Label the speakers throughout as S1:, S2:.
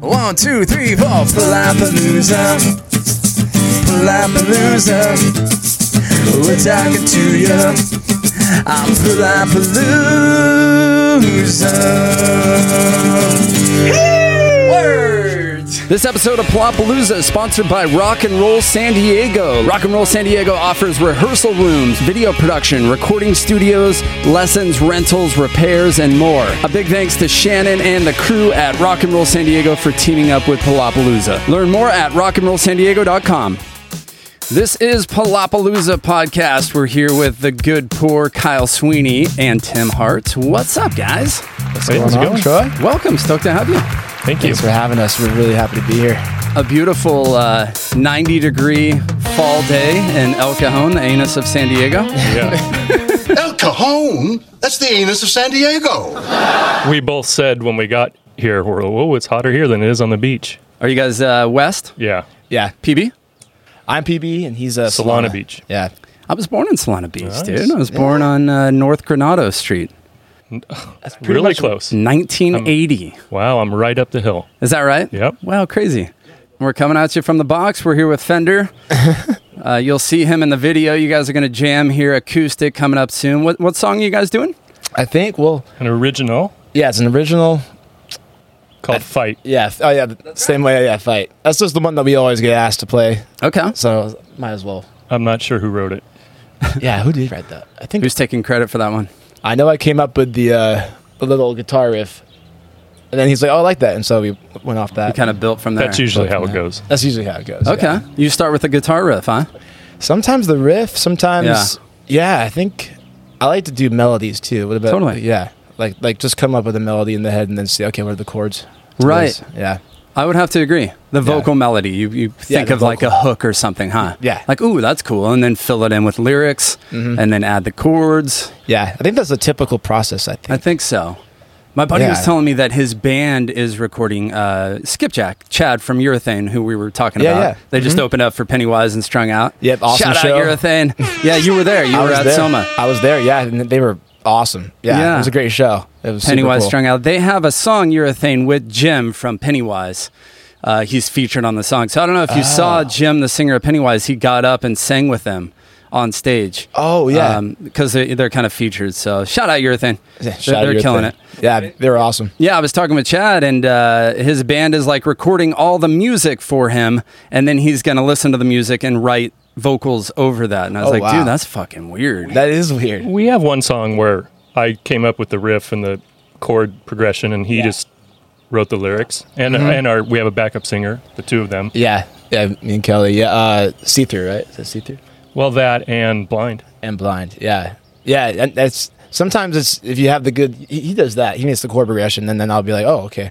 S1: One, two, three, four. Palapalooza. Palapalooza. We're talking to you. I'm Palapalooza. Words.
S2: This episode of Palapalooza is sponsored by Rock and Roll San Diego. Rock and Roll San Diego offers rehearsal rooms, video production, recording studios, lessons, rentals, repairs, and more. A big thanks to Shannon and the crew at Rock and Roll San Diego for teaming up with Palapalooza. Learn more at rockandrollsandiego.com. This is Palapalooza Podcast. We're here with the good poor Kyle Sweeney and Tim Hart. What's up, guys?
S3: Hey, how's it going, Troy?
S2: Welcome. Stoked to have you.
S3: Thank you.
S4: Thanks for having us. We're really happy to be here.
S2: a beautiful uh, 90 degree fall day in El Cajon, the anus of San Diego.
S3: Yeah.
S5: El Cajon? That's the anus of San Diego.
S3: we both said when we got here, we're, whoa, it's hotter here than it is on the beach.
S2: Are you guys uh, west?
S3: Yeah.
S4: Yeah,
S2: PB?
S4: I'm PB and he's a
S3: Solana Beach.
S4: Yeah,
S2: I was born in Solana Beach,
S3: Nice.
S2: dude. I was born on uh, North Granado Street,
S3: That's really close.
S2: 1980.
S3: Wow, I'm right up the hill.
S2: Is that right?
S3: Yep.
S2: Wow, crazy. We're coming at you from the box. We're here with Fender. uh, you'll see him in the video. You guys are going to jam here acoustic coming up soon. What, what song are you guys doing?
S4: I think. Well,
S3: An original
S4: yeah, it's an original.
S3: called Fight.
S4: Yeah. f- Oh yeah. the Same way. Yeah. Fight. That's just the one that we always get asked to play.
S2: Okay.
S4: So might as well.
S3: I'm not sure who wrote it.
S4: Yeah. Who did write that? I think.
S2: Who's taking credit for that one?
S4: I know I came up with the uh, the little guitar riff, and then he's like, "Oh, I like that," and so we went off that.
S2: You kind of built from there.
S3: That's usually how it goes.
S4: That's usually how it goes.
S2: Okay.
S4: yeah.
S2: You start with a guitar riff, huh?
S4: Sometimes the riff. Sometimes. Yeah. I think I like to do melodies too. What about?
S2: Totally.
S4: Yeah. Like like just come up with a melody in the head and then see okay what are the chords. to
S2: Right.
S4: this? Yeah.
S2: I would have to agree. The vocal melody, you, you think
S4: the
S2: of like a
S4: vocal.
S2: hook or something, huh?
S4: Yeah. Mm-hmm.
S2: Like, ooh, that's cool. And then fill it in with lyrics and then add the chords.
S4: Yeah, I think that's a typical process. I think.
S2: I think so. My buddy was
S4: Yeah.
S2: telling me that his band is recording uh, Skipjack, Chad from Urethane, who we were talking
S4: Yeah,
S2: about.
S4: yeah. Mm-hmm.
S2: They just opened up for Pennywise and Strung Out.
S4: Yep, awesome
S2: Shout
S4: show.
S2: out Urethane. yeah, you were there. You
S4: I
S2: were
S4: was
S2: at
S4: there.
S2: Soma.
S4: I was there. Yeah, and they were awesome. Yeah,
S2: Yeah.
S4: it was a great show. It was super
S2: Pennywise
S4: cool.
S2: strung out. They have a song Urethane with Jim from Pennywise. Uh, he's featured on the song. So I don't know if you
S4: Oh.
S2: saw Jim, the singer of Pennywise. He got up and sang with them on stage.
S4: Oh, yeah.
S2: because they, they're kind of featured. So shout out Urethane.
S4: Yeah,
S2: They're-
S4: shout out
S2: they're
S4: your
S2: killing
S4: thing.
S2: it.
S4: Yeah, they were awesome.
S2: Yeah, I was talking with Chad, and uh, his band is like recording all the music for him, and then he's going to listen to the music and write vocals over that. And I was
S4: Oh,
S2: like,
S4: wow.
S2: dude, that's fucking weird.
S4: That is weird.
S3: We have one song where I came up with the riff and the chord progression, and he just wrote the lyrics. And and our we have a backup singer, the two of them.
S4: Mm-hmm. Yeah, yeah. Me and Kelly. Yeah, uh, see through. Right? Is that see through?
S3: Well, that and Blind.
S4: And blind. Yeah, yeah. And that's sometimes it's if you have the good. He, he does that. He makes the chord progression, and then I'll be like, oh, okay.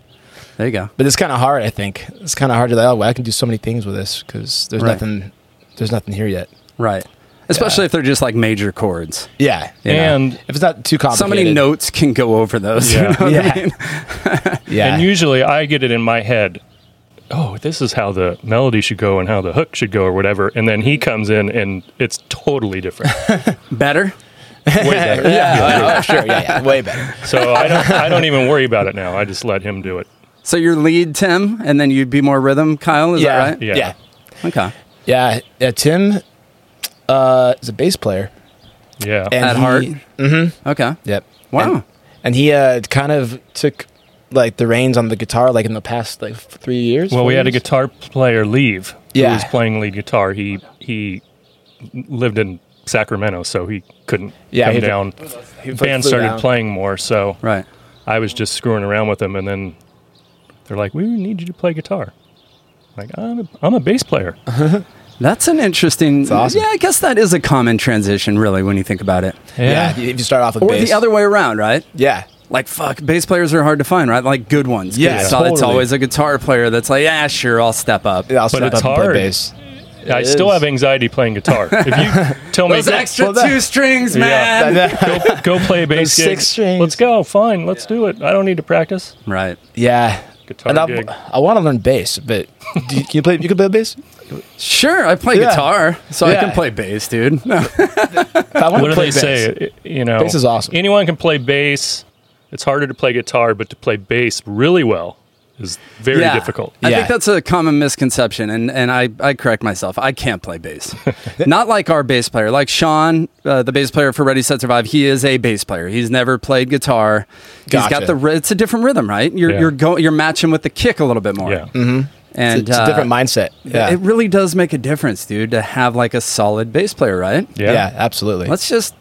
S2: there you go.
S4: But it's kind of hard. I think it's kind of hard to like, oh, well, I can do so many things with this because there's
S2: Right.
S4: nothing. There's nothing here yet.
S2: Right. Especially if they're just like major chords.
S4: Yeah.
S2: You know?
S3: And
S4: If it's not too complicated.
S2: so many notes can go over those.
S3: Yeah.
S2: You know what
S4: Yeah.
S2: I mean?
S4: Yeah.
S3: And usually I get it in my head. Oh, this is how the melody should go and how the hook should go or whatever. And then he comes in and it's totally different.
S2: Better.
S3: Way better.
S4: yeah, oh, sure. Yeah, yeah. Way better.
S3: So I don't I don't even worry about it now. I just let him do it.
S2: So your lead, Tim, and then you'd be more rhythm, Kyle. Is
S4: yeah,
S2: that right?
S3: Yeah.
S4: Yeah.
S2: Okay.
S4: Yeah. Yeah. Tim uh, is a bass player.
S3: Yeah.
S4: And
S2: At
S4: he-
S2: heart. Mm-hmm. Okay.
S4: Yep.
S2: Wow.
S4: And, and he uh, kind of took like the reins on the guitar like in the past like f- three years.
S3: well,
S4: four
S3: we had a
S4: years?
S3: guitar player leave.
S4: Yeah.
S3: Who was playing lead guitar. He he lived in Sacramento, so he couldn't
S4: Yeah,
S3: come
S4: he-
S3: down.
S4: He flew-
S3: Band
S4: flew
S3: started
S4: down.
S3: playing more, so
S2: Right.
S3: I was just screwing around with him, and then they're like, "We need you to play guitar." Like I'm a, I'm a bass player.
S2: That's an interesting.
S4: awesome.
S2: Yeah, I guess that is a common transition, really, when you think about it.
S4: Yeah. If you start off with
S2: Or
S4: bass.
S2: the other way around, right?
S4: Yeah.
S2: Like fuck, bass players are hard to find, right? Like good ones. 'Cause
S4: Yeah,
S2: it's, it's
S4: totally.
S2: always a guitar player that's like, yeah, sure, I'll step up.
S4: Yeah, I'll
S3: But
S4: step
S3: it's
S4: up and play
S3: hard.
S4: bass.
S3: I still
S4: is.
S3: have anxiety playing guitar. If you tell me
S2: Those
S3: go,
S2: extra
S4: Well, that-
S2: two strings,
S3: Yeah.
S2: man.
S3: go- go play a bass
S4: six
S3: gig,
S4: strings.
S3: let's go. Fine, let's do it. I don't need to practice.
S2: Right.
S4: Yeah.
S3: Guitar
S4: and I,
S3: gig.
S4: I want to learn bass, but do you, can you play? You can play bass.
S2: Sure, I play
S4: Yeah.
S2: guitar, so I
S4: Yeah.
S2: can play bass, dude. No.
S4: I want
S3: What
S4: to
S3: do
S4: play bass.
S3: they say? You know,
S4: Bass is awesome.
S3: Anyone can play bass. It's harder to play guitar, but to play bass really well is very
S2: Yeah.
S3: difficult.
S2: I think
S4: Yeah.
S2: that's a common misconception, and, and I, I correct myself. I can't play bass. Not like our bass player. Like Sean, uh, the bass player for Ready, Set, Survive, he is a bass player. He's never played guitar. He's got
S4: Gotcha.
S2: the ri- it's a different rhythm, right? You're
S3: Yeah.
S2: you're going you're matching with the kick a little bit more.
S3: Yeah.
S4: Mm-hmm.
S2: And
S4: It's a
S2: uh,
S4: different mindset. Yeah.
S2: It really does make a difference, dude, to have like a solid bass player, right?
S3: Yeah.
S4: yeah, absolutely.
S2: Let's just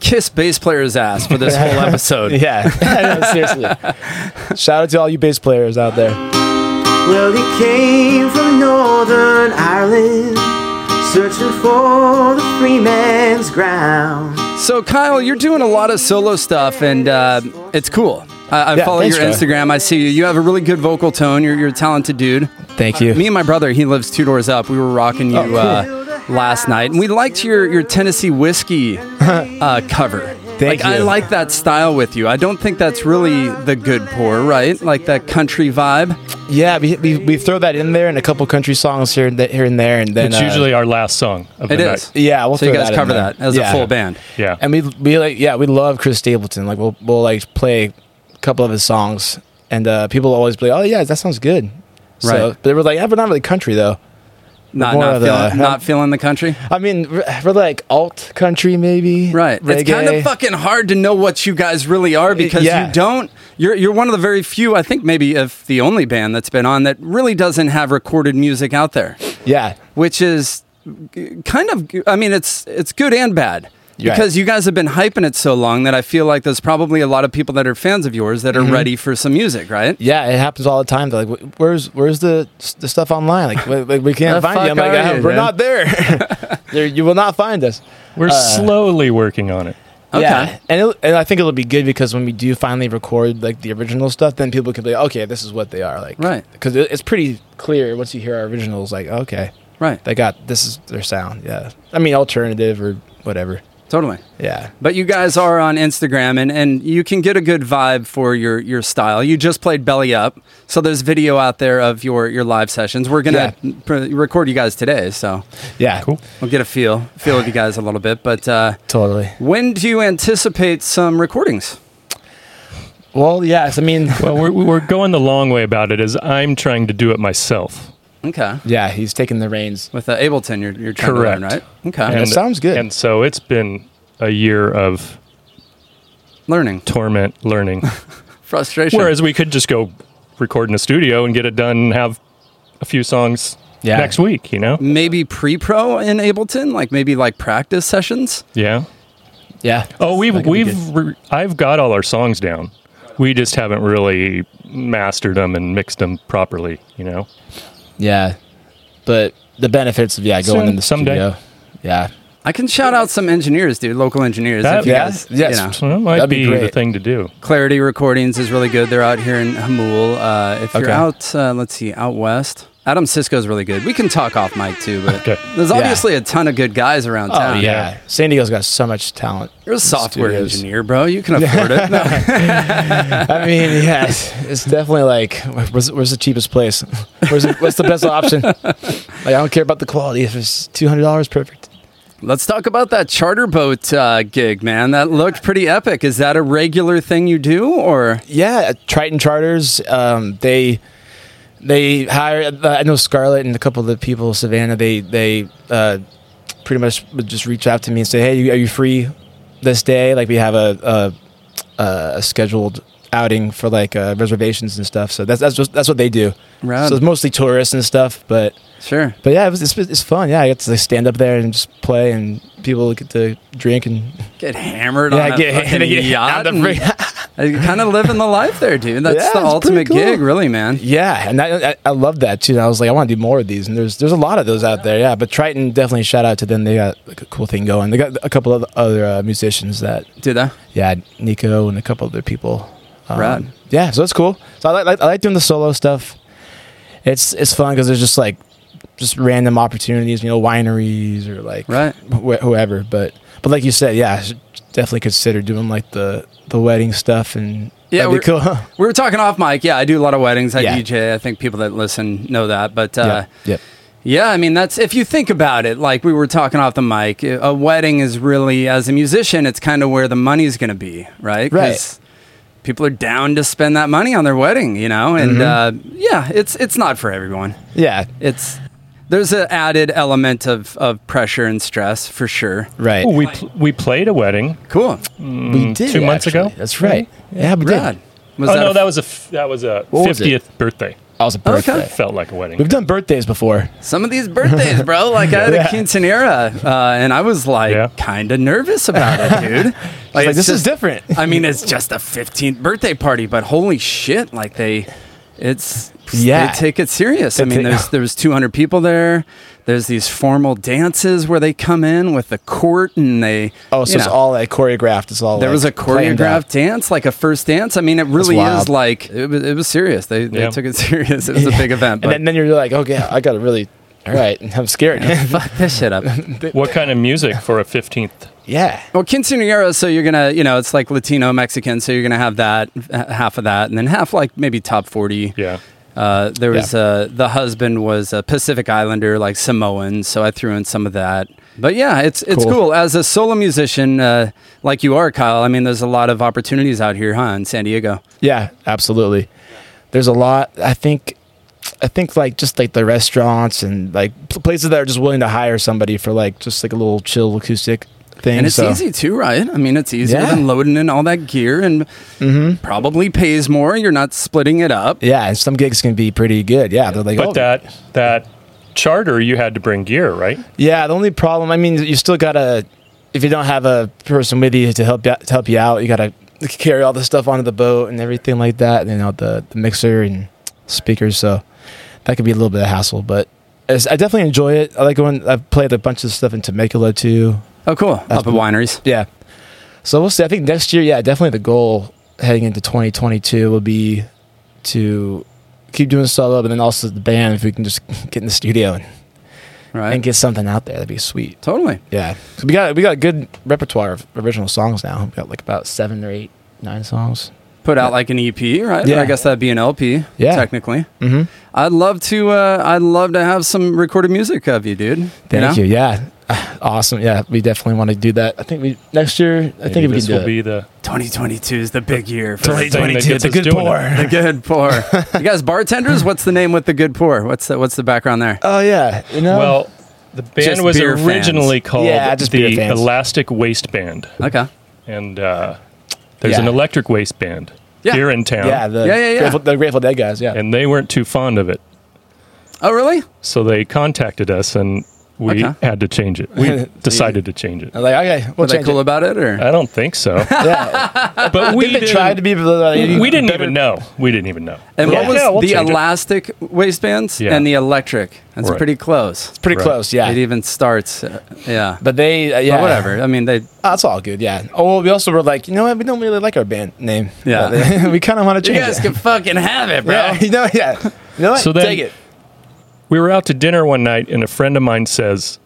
S2: kiss bass player's ass for this whole episode.
S4: yeah, I know, seriously. Shout out to all you bass players out there.
S6: Well, he came from Northern Ireland, searching for the free man's ground.
S2: So, Kyle, you're doing a lot of solo stuff, and uh, it's cool. I, I
S4: Yeah,
S2: follow
S4: thanks,
S2: your
S4: Kyle.
S2: Instagram. I see you. You have a really good vocal tone. You're, you're a talented dude.
S4: Thank you.
S2: Me and my brother, he lives two doors up. We were rocking
S4: Oh,
S2: you uh, last night, and we liked your, your Tennessee whiskey uh, cover.
S4: Thank
S2: like, I
S4: you.
S2: like that style with you. I don't think that's really the good pour, right? Like that country vibe.
S4: Yeah, we, we, we throw that in there and a couple country songs here and th- here and there, and then
S3: It's
S4: uh,
S3: usually our last song of the
S2: It
S3: night.
S2: is.
S4: yeah. We'll
S2: so you
S4: throw
S2: guys
S4: in
S2: cover
S4: there.
S2: that as
S4: Yeah.
S2: a full band.
S3: Yeah.
S4: and we we like yeah we love Chris Stapleton. Like we'll we'll like play a couple of his songs, and uh, people always be like, oh yeah, that sounds good. So,
S2: Right.
S4: but they were like, yeah, but not really country though.
S2: Not,
S4: More
S2: not,
S4: of the-
S2: feeling, not feeling the country.
S4: I mean, we're we're like alt country maybe.
S2: Right. It's kind
S4: reggae.
S2: of fucking hard to know what you guys really are because
S4: yeah.
S2: you don't. You're you're one of the very few, I think, maybe if the only band that's been on that really doesn't have recorded music out there,
S4: Yeah.
S2: which is g- kind of. g- I mean, it's it's good and bad.
S4: Right.
S2: Because you guys have been hyping it so long that I feel like there's probably a lot of people that are fans of yours that are
S4: Mm-hmm.
S2: ready for some music, right?
S4: Yeah, it happens all the time. They're like, "Wh- where's where's the the stuff online? Like, we, like, we
S2: The
S4: can't find
S2: fuck
S4: you. I'm like,
S2: are
S4: "Ah,
S2: you,
S4: we're
S2: man?"
S4: not there. there. You will not find us.
S3: We're slowly working on it.
S2: Okay.
S4: Yeah, and it, and I think it'll be good because when we do finally record like the original stuff, then people can be like, okay, this is what they are like,
S2: Right.
S4: Because it, it's pretty clear once you hear our originals, like, okay,
S2: Right.
S4: they got this is their sound. Yeah, I mean alternative or whatever.
S2: Totally.
S4: Yeah,
S2: But you guys are on Instagram, and, and you can get a good vibe for your, your style. You just played Belly Up, so there's video out there of your, your live sessions. We're gonna
S4: Yeah.
S2: pr- record you guys today, so
S4: yeah,
S3: Cool.
S2: we'll get a feel feel of you guys a little bit. But uh,
S4: totally.
S2: when do you anticipate some recordings?
S4: Well, yes, I mean,
S3: Well, we're, we're going the long way about it as I'm trying to do it myself.
S2: Okay,
S4: yeah, he's taking the reins.
S2: with uh, Ableton, you're you're trying to
S3: Correct.
S2: learn, right? Okay,
S4: And- sounds good.
S3: And so it's been a year of
S2: learning
S3: torment learning.
S2: frustration.
S3: Whereas we could just go record in a studio and get it done and have a few songs
S4: Yeah. Mm.
S3: next week, you know?
S2: maybe pre-pro in Ableton, like maybe like practice sessions.
S3: Yeah.
S4: Yeah.
S3: Oh, we've
S4: That could be
S3: we've re- I've got all our songs down. We just haven't really mastered them and mixed them properly, you know.
S4: Yeah, but the benefits of yeah going
S3: Soon,
S4: in the
S3: someday.
S4: studio. Yeah,
S2: I can shout out some engineers, dude, local engineers. if
S3: That-
S2: you
S4: yeah,
S2: guys,
S4: yes.
S2: you know.
S3: So that might
S4: That'd be
S3: be, the
S4: great.
S3: thing to do.
S2: Clarity Recordings is really good. They're out here in Hamul. Uh, if you're
S4: Okay.
S2: out, uh, let's see, out west. Adam Cisco's really good. We can talk off mic too, but
S3: Okay.
S2: there's obviously a ton of good guys around town.
S4: Oh, yeah. San Diego's got so much talent.
S2: You're a software
S4: Studios.
S2: engineer, bro. You can afford it. No.
S4: I mean, yes, it's definitely like where's, where's the cheapest place? Where's the, what's the best option? Like I don't care about the quality. If it's two hundred dollars, perfect.
S2: Let's talk about that charter boat uh, gig, man. That looked pretty epic. Is that a regular thing you do, or
S4: Yeah, Triton Charters. Um, they they hire. I know Scarlett and a couple of the people, Savannah. They they uh, pretty much would just reach out to me and say, "Hey, are you free this day? Like we have a a, a scheduled." outing for like uh, reservations and stuff so that's that's just that's what they do
S2: Rad.
S4: so it's mostly tourists and stuff but
S2: sure?
S4: But yeah, it was, it's, it's fun. Yeah, I get to like, stand up there and just play, and people get to drink and
S2: Get hammered
S4: Yeah,
S2: on a
S4: get-
S2: fucking
S4: get
S2: yacht.
S4: out of the-
S2: kind of living the life there, dude. That's
S4: Yeah,
S2: the
S4: it's pretty
S2: ultimate
S4: cool.
S2: gig, really, man.
S4: yeah, and I, I, I love that too. And I was like, I want to do more of these, and there's there's a lot of those out there. Yeah, but Triton definitely shout out to them. They got like, a cool thing going. They got a couple of other uh, musicians that
S2: Do that.
S4: yeah, Nico and a couple other people. Um,
S2: Rad.
S4: Yeah, so it's cool. So I like, like I like doing the solo stuff. It's it's fun because there's just like just random opportunities, you know, wineries or like
S2: Right.
S4: wh- whoever. But but like you said, yeah, I should definitely consider doing like the the wedding stuff and
S2: Yeah,
S4: that'd be cool.
S2: we're- We were talking off mic. Yeah, I do a lot of weddings. I
S4: Yeah.
S2: DJ. I think people that listen know that. But uh,
S4: yeah, yep.
S2: yeah, I mean, that's if you think about it, like we were talking off the mic, a wedding is really, as a musician, it's kind of where the money's going to be, right? 'Cause people are down to spend that money on their wedding, you know, and uh,
S4: Mm-hmm.
S2: yeah, it's it's not for everyone.
S4: Yeah.
S2: It's there's an added element of of pressure and stress for sure.
S4: Right.
S3: Oh, we pl- we played a wedding.
S2: Cool,
S4: we did
S3: two months ago?
S4: That's right.
S2: Mm-hmm.
S4: Yeah, we
S2: rad.
S4: did.
S2: Was
S3: oh no,
S2: a-
S3: that was a f- that was a
S4: What was it?
S3: fiftieth birthday.
S4: That was a birthday.
S2: Oh, Okay.
S3: Felt like a wedding.
S4: We've done birthdays before.
S2: some of these birthdays, bro. Like I had
S4: Yeah.
S2: a quinceanera, uh, and I was like
S3: Yeah.
S2: kind of nervous about it, dude. like,
S4: Like,
S2: it's
S4: this is
S2: just-
S4: different.
S2: I mean, it's just a 15th birthday party, but holy shit! Like they, it's
S4: Yeah.
S2: they take it serious. I
S4: They
S2: mean,
S4: take-
S2: there's there was 200 people there. There's these formal dances where they come in with the court and they
S4: Oh, so
S2: you
S4: it's
S2: know,
S4: all like choreographed. It's all
S2: there
S4: like,
S2: was a
S4: planned
S2: choreographed
S4: out.
S2: dance, like a first dance. I mean, it really
S4: wild.
S2: is like it was, it was serious. They, they
S3: Yeah.
S2: took it serious. It was a big event. But
S4: And then, then you're like, okay, I got to really. All right, I'm scared.
S2: fuck this shit up.
S3: what kind of music for a fifteenth?
S4: yeah.
S2: Well, quinceanera, so you're gonna, you know, it's like Latino Mexican, so you're gonna have that h- half of that, and then half like maybe top forty.
S3: Yeah,
S2: Uh, there was
S4: Yeah.
S2: uh, the husband was a Pacific Islander, like Samoan, so I threw in some of that. But yeah, it's it's
S4: Cool.
S2: cool. As a solo musician, uh, like you are, Kyle. I mean, there's a lot of opportunities out here, huh, in San Diego.
S4: Yeah, absolutely. There's a lot. I think, I think like just like the restaurants and like pl- places that are just willing to hire somebody for like just like a little chill acoustic thing.
S2: And it's
S4: so-
S2: easy too, right? I mean, it's easier
S4: Yeah. Mm-hmm.
S2: than loading in all that gear and probably pays more. You're not splitting it up.
S4: Yeah, and some gigs can be pretty good. Yeah, they're like,
S3: but
S4: oh,
S3: that that charter you had to bring gear, right?
S4: yeah. The only problem, I mean, you still gotta if you don't have a person with you to help you, to help you out, you gotta carry all the stuff onto the boat and everything like that. You know, the the mixer and speakers. So that could be a little bit of hassle, but. it's- I definitely enjoy it. I like when I've played a bunch of stuff in Temecula too.
S2: Oh, cool. up at
S4: cool.
S2: wineries.
S4: Yeah. So we'll see. I think next year, yeah, definitely the goal heading into 2022 will be to keep doing solo, but then also the band. If we can just get in the studio and,
S2: Right.
S4: and get something out there, that'd be sweet.
S2: Totally.
S4: Yeah, 'Cause we got we got a good repertoire of original songs now. We got like about seven or eight, nine songs.
S2: put out like an EP, right?
S4: Yeah.
S2: Or I guess that'd be an LP,
S4: Yeah.
S2: technically.
S4: Mm-hmm.
S2: I'd love to. Uh, I'd love to have some recorded music of you, dude.
S4: Thank
S2: know?
S4: you. Yeah, awesome. Yeah, we definitely want to do that. I think we next year. I
S3: Maybe
S4: think we
S3: this
S4: can do
S3: will
S4: it.
S3: be the
S2: 2022 is the big year for
S3: Totally.
S2: the
S3: 2022, it's a good pour.
S2: good pour. you guys, bartenders, what's the name with the good pour? What's the What's the background there?
S4: Oh yeah, you know.
S3: well. The band
S2: Just
S3: was
S2: beer fans.
S3: originally called
S4: Yeah, just beer
S3: the
S4: fans.
S3: Elastic Waistband,
S2: Okay.
S3: and uh, there's
S4: Yeah.
S3: an Electric Waistband
S2: Yeah.
S3: here in town,
S4: yeah, the
S2: Yeah, yeah, yeah.
S4: Grateful, the Grateful Dead guys. Yeah,
S3: and they weren't too fond of it.
S2: Oh, really?
S3: So they contacted us and we
S2: Okay.
S3: had to change it. We decided to change it.
S4: I'm like okay, we'll
S2: Were they
S4: change it.
S2: cool
S4: Uh,
S2: about it, or
S3: I don't think so.
S4: Yeah,
S3: But we
S4: we
S3: didn't,
S4: tried to be.
S3: we didn't even know. We didn't even know.
S2: and
S3: We're
S2: what
S3: like,
S2: was
S3: "Yeah, we'll
S2: the
S3: change it."
S2: elastic waistbands
S3: Yeah.
S2: and the electric? That's
S3: Right.
S2: pretty close.
S4: pretty
S3: Right.
S4: close, yeah.
S2: It even starts. Uh, yeah.
S4: but they, uh, yeah,
S2: But whatever. I mean, they.
S4: That's all good, yeah. Oh, well, we also were like, you know what? We don't really like our band name.
S2: Yeah.
S4: Uh, we kind of want to
S2: You
S4: change
S2: guys
S4: it.
S2: can fucking have it, bro.
S4: yeah, you know, yeah. You know what?
S3: So then-
S4: Take it.
S3: We were out to dinner one night and a friend of mine says,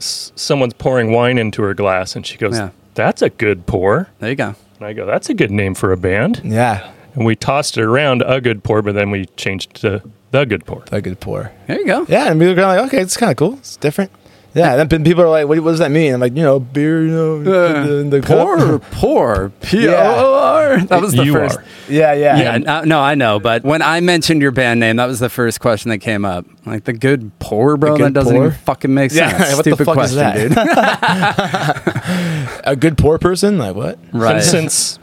S3: s- someone's pouring wine into her glass. And she goes,
S2: Yeah.
S3: that's a good pour.
S2: There you go.
S3: And I go, that's a good name for a band.
S4: Yeah,
S3: And we tossed it around, a good pour, but then we changed to the good pour.
S4: a good pour.
S2: There you go.
S4: Yeah, and we were kind of like, okay, it's kind of cool. It's different. Yeah, and then people are like, what, what does that mean? I'm like, you know, beer, you know,
S2: Uh,
S4: in the, in the cup.
S2: poor, poor, P O O R. That was the
S3: You
S2: first.
S3: are.
S4: Yeah, yeah,
S2: Yeah, no, no, I know, but when I mentioned your band name, that was the first question that came up. Like the good poor, bro.
S4: The
S2: That
S4: good
S2: doesn't
S4: poor?
S2: even fucking make sense.
S4: Yeah, what the
S2: Stupid
S4: fuck is
S2: question,
S4: that?
S2: dude.
S4: A good poor person, like what?
S2: right.
S3: And since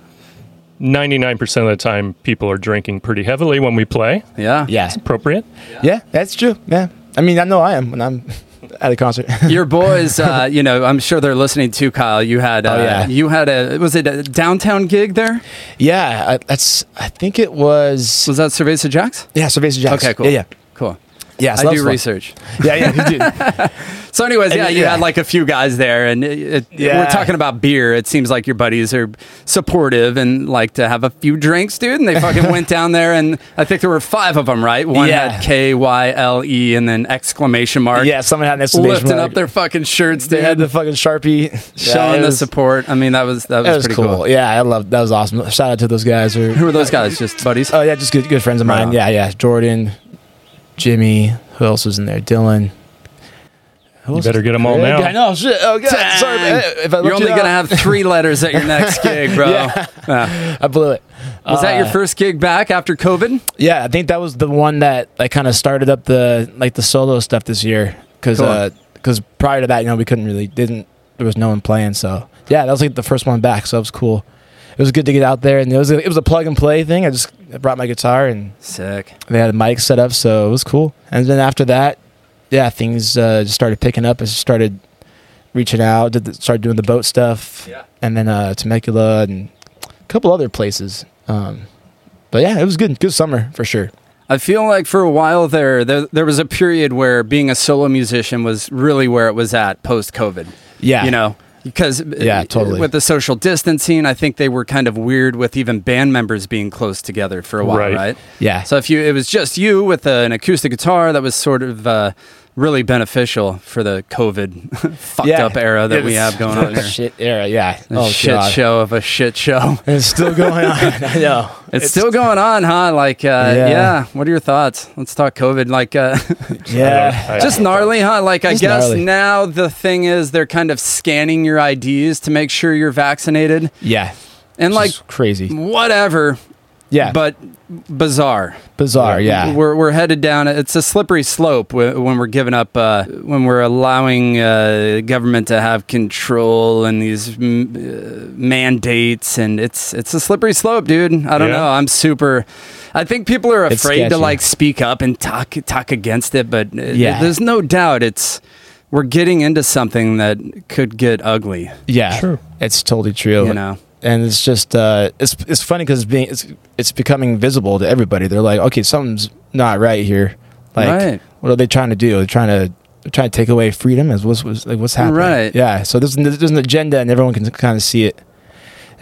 S3: 99% of the time people are drinking pretty heavily when we play,
S2: yeah.
S4: Yeah,
S3: appropriate.
S4: yeah, that's true. Yeah, I mean, I know I am when I'm at a concert.
S2: Your boys, uh, you know, I'm sure they're listening too, Kyle. You had, uh,
S4: Oh, yeah.
S2: you had a, was it a downtown gig there?
S4: yeah, I, that's. I think it was.
S2: Was that Cerveza Jacks?
S4: Yeah, Cerveza Jacks.
S2: Okay, cool.
S4: Yeah, yeah.
S2: Cool.
S4: Yeah, so that
S2: I
S4: was
S2: do
S4: fun.
S2: research.
S4: Yeah, yeah, you did.
S2: So, anyways, yeah,
S4: And-
S2: you
S4: yeah.
S2: had like a few guys there, and it, it,
S4: Yeah.
S2: we're talking about beer. It seems like your buddies are supportive and like to have a few drinks, dude. And they fucking went down there, and I think there were five of them, right? One
S4: Yeah.
S2: had K Y L E and then exclamation mark.
S4: yeah, someone had an exclamation
S2: lifting
S4: mark.
S2: up their fucking shirts,
S4: They had
S2: dude,
S4: the fucking sharpie Yeah,
S2: showing
S4: it
S2: the
S4: was-
S2: support. I mean, that was that
S4: It
S2: was,
S4: was
S2: pretty
S4: cool.
S2: cool.
S4: Yeah, I love that was awesome. Shout out to those guys. Or
S2: Who were those guys? Just buddies.
S4: oh yeah, just good good friends of
S2: Right
S4: mine.
S2: on.
S4: Yeah, yeah. Jordan, Jimmy. Who else was in there? Dylan. Who
S3: You
S4: else
S3: better
S4: is-
S3: get them all now.
S4: I know. Shit. Oh god. Sorry. man. If I
S2: You're
S4: left
S2: only
S4: you
S2: gonna
S4: out,
S2: have three letters at your next gig, bro.
S4: Yeah.
S2: Yeah.
S4: I blew it.
S2: Was that your
S4: Uh,
S2: first gig back after COVID?
S4: Yeah, I think that was the one that like kind of started up the like the solo stuff this year because
S2: Cool.
S4: prior to that, you know, we couldn't really didn't there was no one playing. So yeah, that was like the first one back. So that was cool. It was good to get out there, and it was a, it was a plug and play thing. I just I brought my guitar, and
S2: Sick.
S4: they had a mic set up, so it was cool. And then after that, yeah, things uh, just started picking up. I just started reaching out, did the, started doing the boat stuff,
S2: Yeah.
S4: and then uh, Temecula and a couple other places. Um, but yeah, it was good, good summer for sure.
S2: I feel like for a while there, there, there was a period where being a solo musician was really where it was at post COVID.
S4: Yeah.
S2: You know, because
S4: Yeah, totally.
S2: with the social distancing, I think they were kind of weird with even band members being close together for a while, right?
S3: Right.
S4: Yeah.
S2: So if you, it was just you with uh, an acoustic guitar, that was sort of uh, really beneficial for the COVID fucked
S4: Yeah.
S2: up era that we
S4: It's-
S2: have going on here.
S4: Shit era, yeah. Oh,
S2: A shit
S4: God.
S2: show of a shit show.
S4: And It's still going on. I know.
S2: It's, still going on, huh? Like, uh, yeah.
S4: Yeah.
S2: What are your thoughts? Let's talk COVID. Like, uh,
S4: Yeah.
S3: I-
S2: just gnarly, huh? Like, I
S4: Just
S2: guess
S4: gnarly.
S2: now the thing is they're kind of scanning your IDs to make sure you're vaccinated
S4: Yeah.
S2: and
S4: It's
S2: like
S4: just crazy.
S2: whatever,
S4: Yeah.
S2: but bizarre.
S4: bizarre, yeah.
S2: We're, we're headed down. It's a slippery slope wh- when we're giving up, uh, when we're allowing uh, government to have control and these mm, uh, mandates, and it's it's a slippery slope, dude. I don't
S3: Yeah.
S2: know. I'm super. I think people are
S4: It's
S2: afraid to
S4: sketchy.
S2: like speak up and talk talk against it, but uh,
S4: Yeah.
S2: there's no doubt it's we're getting into something that could get ugly.
S4: yeah.
S3: True.
S4: It's totally true.
S2: You know.
S4: And it's just uh it's it's funny cuz being it's it's becoming visible to everybody. They're like, "Okay, something's not right here." Like
S2: Right.
S4: what are they trying to do? They're trying to they're trying to take away freedom is what's, what's like what's happening.
S2: Right.
S4: Yeah. So there's there's an agenda and everyone can kind of see it.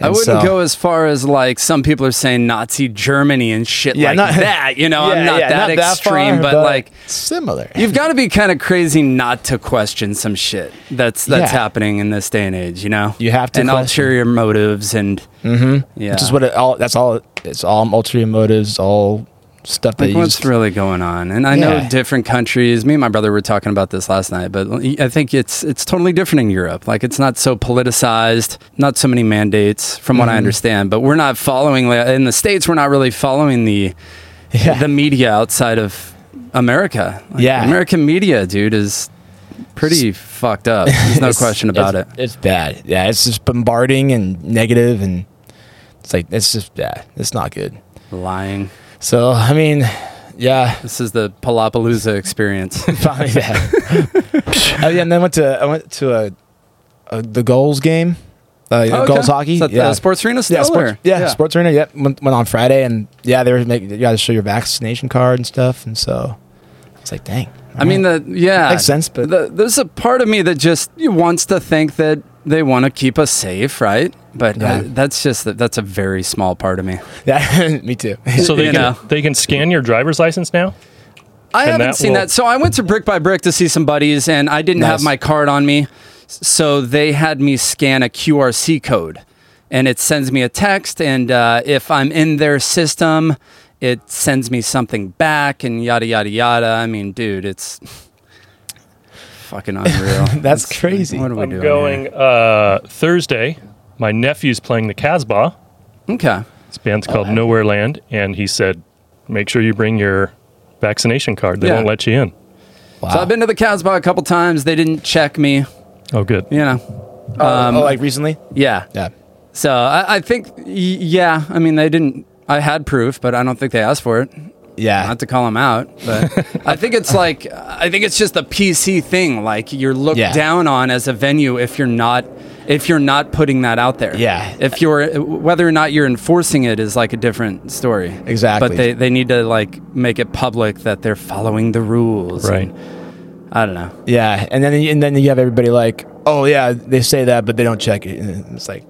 S2: I
S4: And
S2: wouldn't
S4: so-
S2: go as far as like some people are saying Nazi Germany and shit
S4: Yeah,
S2: like
S4: not-
S2: that. You know,
S4: Yeah,
S2: I'm not
S4: yeah,
S2: that extreme,
S4: far,
S2: but, like
S4: similar.
S2: you've got to be kind of crazy not to question some shit that's that's
S4: Yeah.
S2: happening in this day and age. You know,
S4: You have to
S2: and
S4: question. Mm-hmm.
S2: ulterior motives and yeah,
S4: Which is what it all. That's all. It's all ulterior motives. All stuff that
S2: Like,
S4: you
S2: what's
S4: just-
S2: really going on? And I know
S4: Yeah.
S2: different countries. Me and my brother were talking about this last night, but I think it's it's totally different in Europe. Like it's not so politicized, not so many mandates, from
S4: Mm-hmm.
S2: what I understand. But we're not following like, in the states. We're not really following the
S4: Yeah.
S2: the media outside of America. Like,
S4: Yeah.
S2: American media, dude, is pretty fucked up. There's no
S4: It's-
S2: question about it.
S4: it's- It's bad. Yeah, it's just bombarding and negative, and it's like it's just yeah, it's not good.
S2: Lying.
S4: So I mean, yeah,
S2: This is the Palapalooza experience.
S4: finally that. oh yeah, and then I went to I went to a, a the goals game, uh, goals hockey.
S2: Oh, Is that the
S4: yeah.
S2: sports arena still
S4: Yeah, sports,
S2: or-
S4: yeah, sports arena. Yep, went, went on Friday, and yeah, they were making you got to show your vaccination card and stuff, and so I was like, dang.
S2: I mean, the yeah
S4: Makes sense, but-
S2: the, there's a part of me that just wants to think that they want to keep us safe, right? But uh,
S4: Yeah.
S2: that's just that's a very small part of me.
S4: yeah, me too.
S3: So they
S2: you
S3: can
S2: know.
S3: they can scan your driver's license now.
S2: I
S3: And
S2: haven't
S3: that
S2: seen
S3: will-
S2: that. So I went to Brick by Brick to see some buddies, and I didn't have
S4: Nice.
S2: my card on me. S- So they had me scan a QRC code, and it sends me a text. And uh, if I'm in their system, it sends me something back, and yada yada yada. I mean, dude, it's fucking unreal.
S4: That's
S2: It's-
S4: crazy.
S2: What are we
S3: I'm
S2: doing?
S3: going uh, Thursday. My nephew's playing the Casbah.
S2: here? Okay.
S3: This band's
S2: Oh,
S3: called Nowhere Land, and he said, "Make sure you bring your vaccination card. They
S2: Yeah.
S3: won't let you in."
S4: Wow.
S2: So I've been to the Casbah a couple times. They didn't check me.
S3: Oh, good.
S2: You know. um,
S4: Oh, oh, like recently?
S2: Yeah.
S4: Yeah.
S2: So I, I think, y- yeah. I mean, they didn't. I had proof, but I don't think they asked for it.
S4: Yeah.
S2: Not to call them out, but I think it's like I think it's just a PC thing. Like you're looked
S4: Yeah.
S2: down on as a venue if you're not if you're not putting that out there.
S4: Yeah.
S2: If you're whether or not you're enforcing it is like a different story.
S4: Exactly.
S2: But they they need to like make it public that they're following the rules.
S3: Right.
S2: I don't know.
S4: yeah. And then and then you have everybody like, oh yeah, they say that, but they don't check it. And it's like,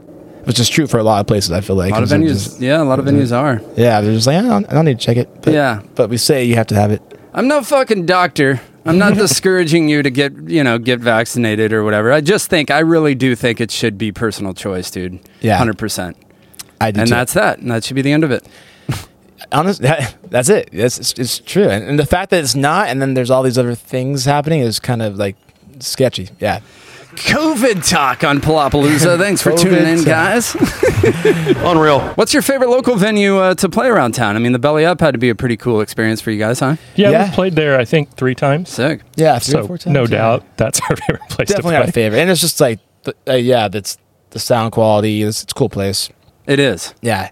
S4: which is true for a lot of places. I feel like
S2: A lot of
S4: 'cause they're
S2: venues,
S4: just-
S2: yeah, a lot of venues are.
S4: yeah, they're just like, I don't, I don't need to check it. But,
S2: Yeah.
S4: But we say you have to have it.
S2: I'm no fucking doctor. I'm not discouraging you to get, you know, get vaccinated or whatever. I just think, I really do think it should be personal choice, dude.
S4: Yeah.
S2: 100%.
S4: I do.
S2: And
S4: too.
S2: that's that. And that should be the end of it.
S4: honest. That, that's it. That's it's, it's true. And, and the fact that it's not, and then there's all these other things happening is kind of like sketchy. Yeah.
S2: COVID talk on Palapalooza. Thanks for tuning in,
S4: COVID
S2: guys.
S7: Unreal.
S2: What's your favorite local venue uh, to play around town? I mean, the Belly Up had to be a pretty cool experience for you guys, huh?
S3: Yeah,
S4: Yeah.
S3: we played there I think three times.
S2: Sick.
S4: Yeah. Three or
S3: so
S4: four times,
S3: no
S4: yeah.
S3: doubt that's our favorite place
S4: Definitely
S3: to
S4: not
S3: play.
S4: a favorite. And it's just like, the, uh, yeah, that's the sound quality. It's, it's a cool place.
S2: It is.
S4: Yeah.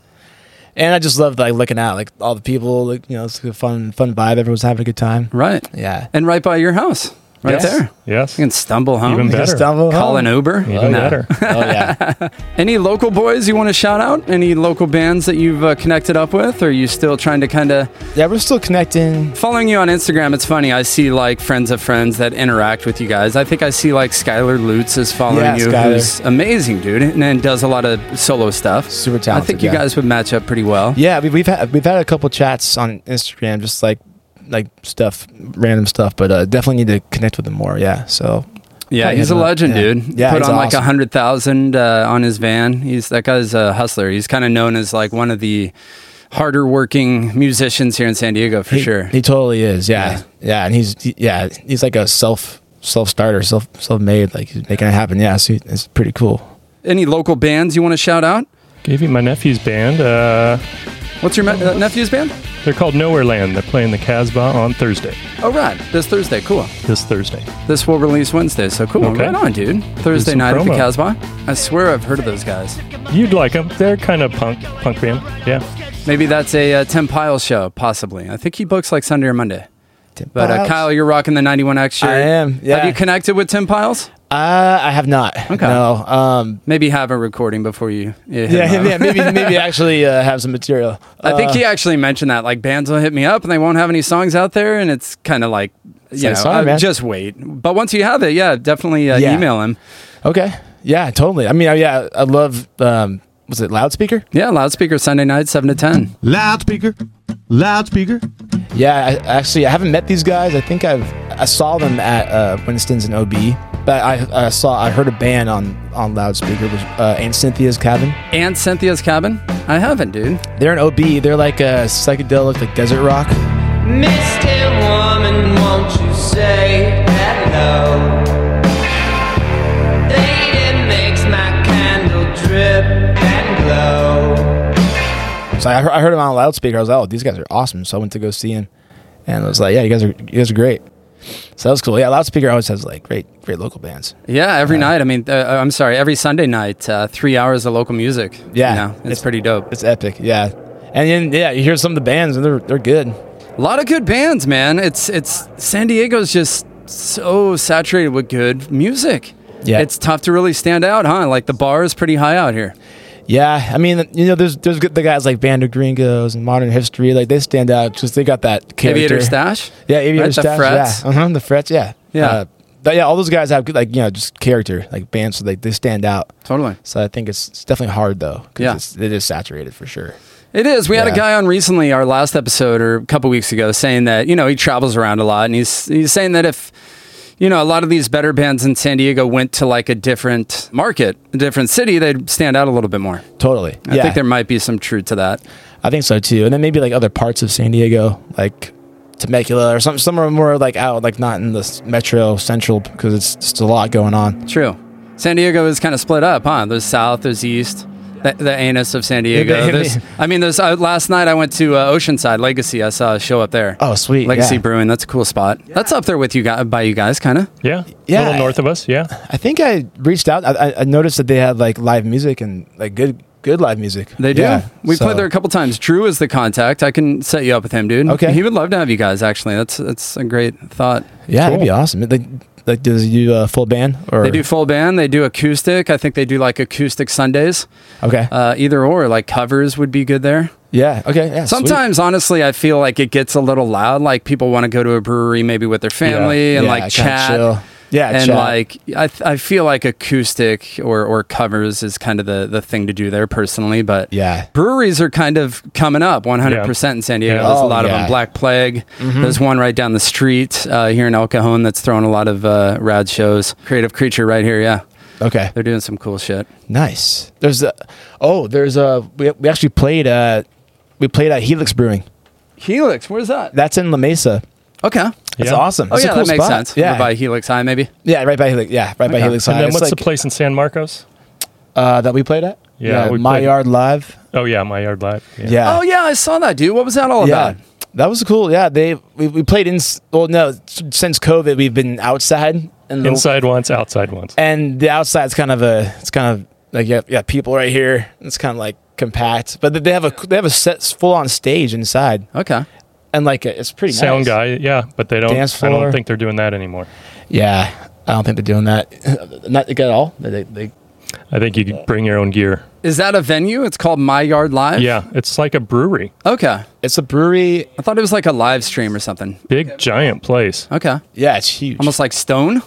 S4: And I just loved like looking out, like all the people, like, you know, it's a fun, fun vibe. Everyone's having a good time.
S2: Right.
S4: Yeah.
S2: And right by your house. Right
S4: Yes.
S2: there.
S3: Yes.
S2: You can stumble home.
S3: Even
S4: Like a
S3: better.
S4: stumble
S2: Call an
S4: home.
S2: Uber.
S3: Even
S2: Nah.
S3: better.
S4: Oh yeah.
S2: Any local boys you want to shout out? Any local bands that you've uh, connected up with? Or are you still trying to kind of
S4: yeah, we're still connecting.
S2: following you on Instagram? It's funny. I see like friends of friends that interact with you guys. I think I see like Skylar Lutz is following
S4: Yeah,
S2: you,
S4: Skylar.
S2: who's amazing, dude, and, and does a lot of solo stuff.
S4: Super
S2: I
S4: talented,
S2: think you
S4: yeah.
S2: guys would match up pretty well.
S4: Yeah, we- we've had we've had a couple chats on Instagram, just like like stuff, random stuff. But uh, definitely need to connect with him more. Yeah. So
S2: Yeah,
S4: Probably
S2: he's a
S4: not.
S2: legend,
S4: Yeah.
S2: dude.
S4: Yeah,
S2: put
S4: he's
S2: on like a
S4: awesome.
S2: hundred thousand uh, on his van. He's that guy's a hustler. He's kind of known as like one of the harder working musicians here in San Diego for
S4: he,
S2: sure.
S4: he totally is. Yeah.
S2: Yeah.
S4: yeah, and he's he- yeah, he's like a self self starter, self self made. Like he's making it happen. Yeah, so he- it's pretty cool.
S2: Any local bands you want to shout out?
S3: Gave you my nephew's band. Uh,
S2: What's your me- uh, nephew's band?
S3: they're called Nowhere Land. They're playing the Casbah on Thursday.
S2: Oh, right. This Thursday. Cool.
S3: This Thursday.
S2: This will release Wednesday. So cool.
S3: Okay.
S2: Right on, dude. Thursday
S3: some
S2: night at the
S3: promo.
S2: Casbah. I swear I've heard of those guys.
S3: You'd like them. They're kind of punk punk band. Yeah.
S2: Maybe that's a uh, Tim Pyle show, possibly. I think he books like Sunday or Monday. But uh,
S4: Piles.
S2: Kyle, you're rocking the 91X shirt.
S4: I am,
S2: Have
S4: yeah.
S2: you connected with Tim Piles?
S4: Uh, I have not.
S2: Okay.
S4: No. Um.
S2: Maybe have a recording before you. you hit
S4: Yeah.
S2: him up.
S4: yeah maybe maybe actually uh, have some material.
S2: I think
S4: Uh,
S2: he actually mentioned that. Like bands will hit me up and they won't have any songs out there, and it's kind of like, you
S4: like,
S2: know,
S4: sorry,
S2: uh,
S4: man.
S2: just wait. But once you have it, yeah, definitely uh,
S4: Yeah.
S2: email him.
S4: Okay. Yeah. Totally. I mean. I, yeah. I love. Um. Was it loudspeaker?
S2: Yeah, loudspeaker Sunday night, seven to ten.
S7: Loudspeaker. Loudspeaker.
S4: Yeah, I, actually, I haven't met these guys. I think I've I saw them at uh, Winston's and OB, but I, I saw I heard a band on on loudspeaker was uh, and Cynthia's Cabin.
S2: And Cynthia's cabin? I haven't, dude.
S4: They're an OB. They're like a psychedelic, like desert rock.
S8: Misty woman, won't you say hello? Faded makes my candle drip and glow.
S4: So I, heard- I heard them on loudspeaker. I was like, oh, these guys are awesome. So I went to go see them, and I was like, yeah, you guys are you guys are great. So that was cool. Yeah, loudspeaker always has like great great local bands.
S2: Yeah, every night. I mean, uh, I'm sorry, every Sunday night, uh, three hours of local music.
S4: Yeah.
S2: You know, it's, pretty dope.
S4: It's epic. Yeah, and then yeah, you hear some of the bands and they're they're good.
S2: A lot of good bands, man. It's it's San Diego's just so saturated with good music.
S4: Yeah.
S2: It's tough to really stand out, huh? Like the bar is pretty high out here.
S4: Yeah, I mean, you know, there's there's good- the guys like Band of Gringos and Modern History, like they stand out just they got that character.
S2: Aviator Stash?
S4: yeah, Aviator
S2: Right, the
S4: Stash,
S2: frets.
S4: yeah, uh-huh, the frets, yeah,
S2: Yeah.
S4: but yeah, all those guys have good, like you know just character, like bands, so they they stand out.
S2: Totally.
S4: So I think it's, it's definitely hard though, 'cause
S2: Yeah.
S4: it's, it is saturated for sure.
S2: It is. We had a
S4: Yeah.
S2: guy on recently, our last episode or a couple weeks ago, saying that you know he travels around a lot, and he's he's saying that if you know a lot of these better bands in San Diego went to like a different market, a different city, they'd stand out a little bit more.
S4: Totally,
S2: I
S4: yeah,
S2: think there might be some truth to that.
S4: I think so too, and then maybe like other parts of San Diego, like Temecula or some somewhere more like out, like not in the s- metro central because it's just a lot going on.
S2: True. San Diego is kind of split up, huh? There's south, there's east. The, the anus of San
S4: Yeah,
S2: Diego.
S4: but-
S2: There's, I mean, there's, uh, last night I went to uh, Oceanside Legacy. I saw a show up there.
S4: Oh, sweet,
S2: Legacy
S4: yeah.
S2: Brewing. That's a cool spot. That's up there with you guys, by you guys, kind of.
S3: Yeah.
S4: Yeah.
S3: A little north of us. Yeah.
S4: I think I reached out. I- I, I noticed that they had like live music and like good, good live music.
S2: They do.
S4: Yeah,
S2: We've
S4: so-
S2: played there a couple times. Drew is the contact. I can set you up with him, dude.
S4: Okay.
S2: He would love to have you guys. Actually, that's that's a great thought.
S4: Yeah, that'd be
S3: Cool.
S4: awesome. They, like, does you uh, full band or
S2: They do full band. They do acoustic. I think they do like acoustic Sundays.
S4: Okay.
S2: Uh, either or, like covers would be good there.
S4: yeah. Okay. Yeah. sweet.
S2: Sometimes, honestly, I feel like it gets a little loud. Like people want to go to a brewery maybe with their family and
S4: Yeah,
S2: like
S4: kinda
S2: chat.
S4: chill. Yeah.
S2: and
S4: chat.
S2: like I, th- I feel like acoustic or, or covers is kind of the, the thing to do there personally but
S4: Yeah.
S2: breweries are kind of coming up 100% in san diego
S3: Yeah. Mm-hmm.
S2: there's a
S4: Oh,
S2: lot of
S4: yeah.
S2: them black plague there's one right down the street uh, here in el cajon that's throwing a lot of uh, rad shows creative creature right here yeah
S4: Okay.
S2: they're doing some cool shit
S4: Nice. There's a. Oh, there's a. We, we actually played. Uh, we played at Helix Brewing.
S2: helix where's that
S4: That's in La Mesa.
S2: okay
S4: That's
S3: Yeah.
S4: awesome.
S2: Oh
S4: That's a
S2: yeah,
S4: cool
S2: that makes
S4: spot.
S2: sense.
S4: Yeah,
S2: Over by Helix High, maybe.
S4: yeah, right by Helix. Yeah, right by
S2: Okay.
S4: Helix.
S3: And
S4: High.
S3: then
S4: It's
S3: what's
S4: like,
S3: the place in San Marcos?
S4: uh, that we played at?
S3: Yeah, we
S4: my
S3: played-
S4: yard live.
S3: Oh yeah, my yard live.
S4: Yeah.
S2: oh yeah, I saw that dude. What was that all
S4: yeah.
S2: about?
S4: That was cool. Yeah, they we, we played in. Well, no, s- since COVID, we've been outside and the-
S3: Inside once, outside once.
S4: and the outside's kind of a it's kind of like yeah, yeah people right here. It's kind of like compact, but they have a they have a set full on stage inside
S2: Okay.
S4: and like it's pretty
S3: Sound
S4: nice.
S3: guy, yeah, but they don't.
S4: Dance
S3: I
S4: floor.
S3: don't think they're doing that anymore.
S4: Yeah, I don't think they're doing that not at all. They, they,
S3: I think you could bring your own gear.
S2: Is that a venue? It's called My Yard Live.
S3: Yeah, it's like a brewery,
S2: Okay.
S4: it's a brewery.
S2: I thought it was like a live stream or something.
S3: big giant place.
S2: Okay.
S4: Yeah, it's huge.
S2: Almost like Stone.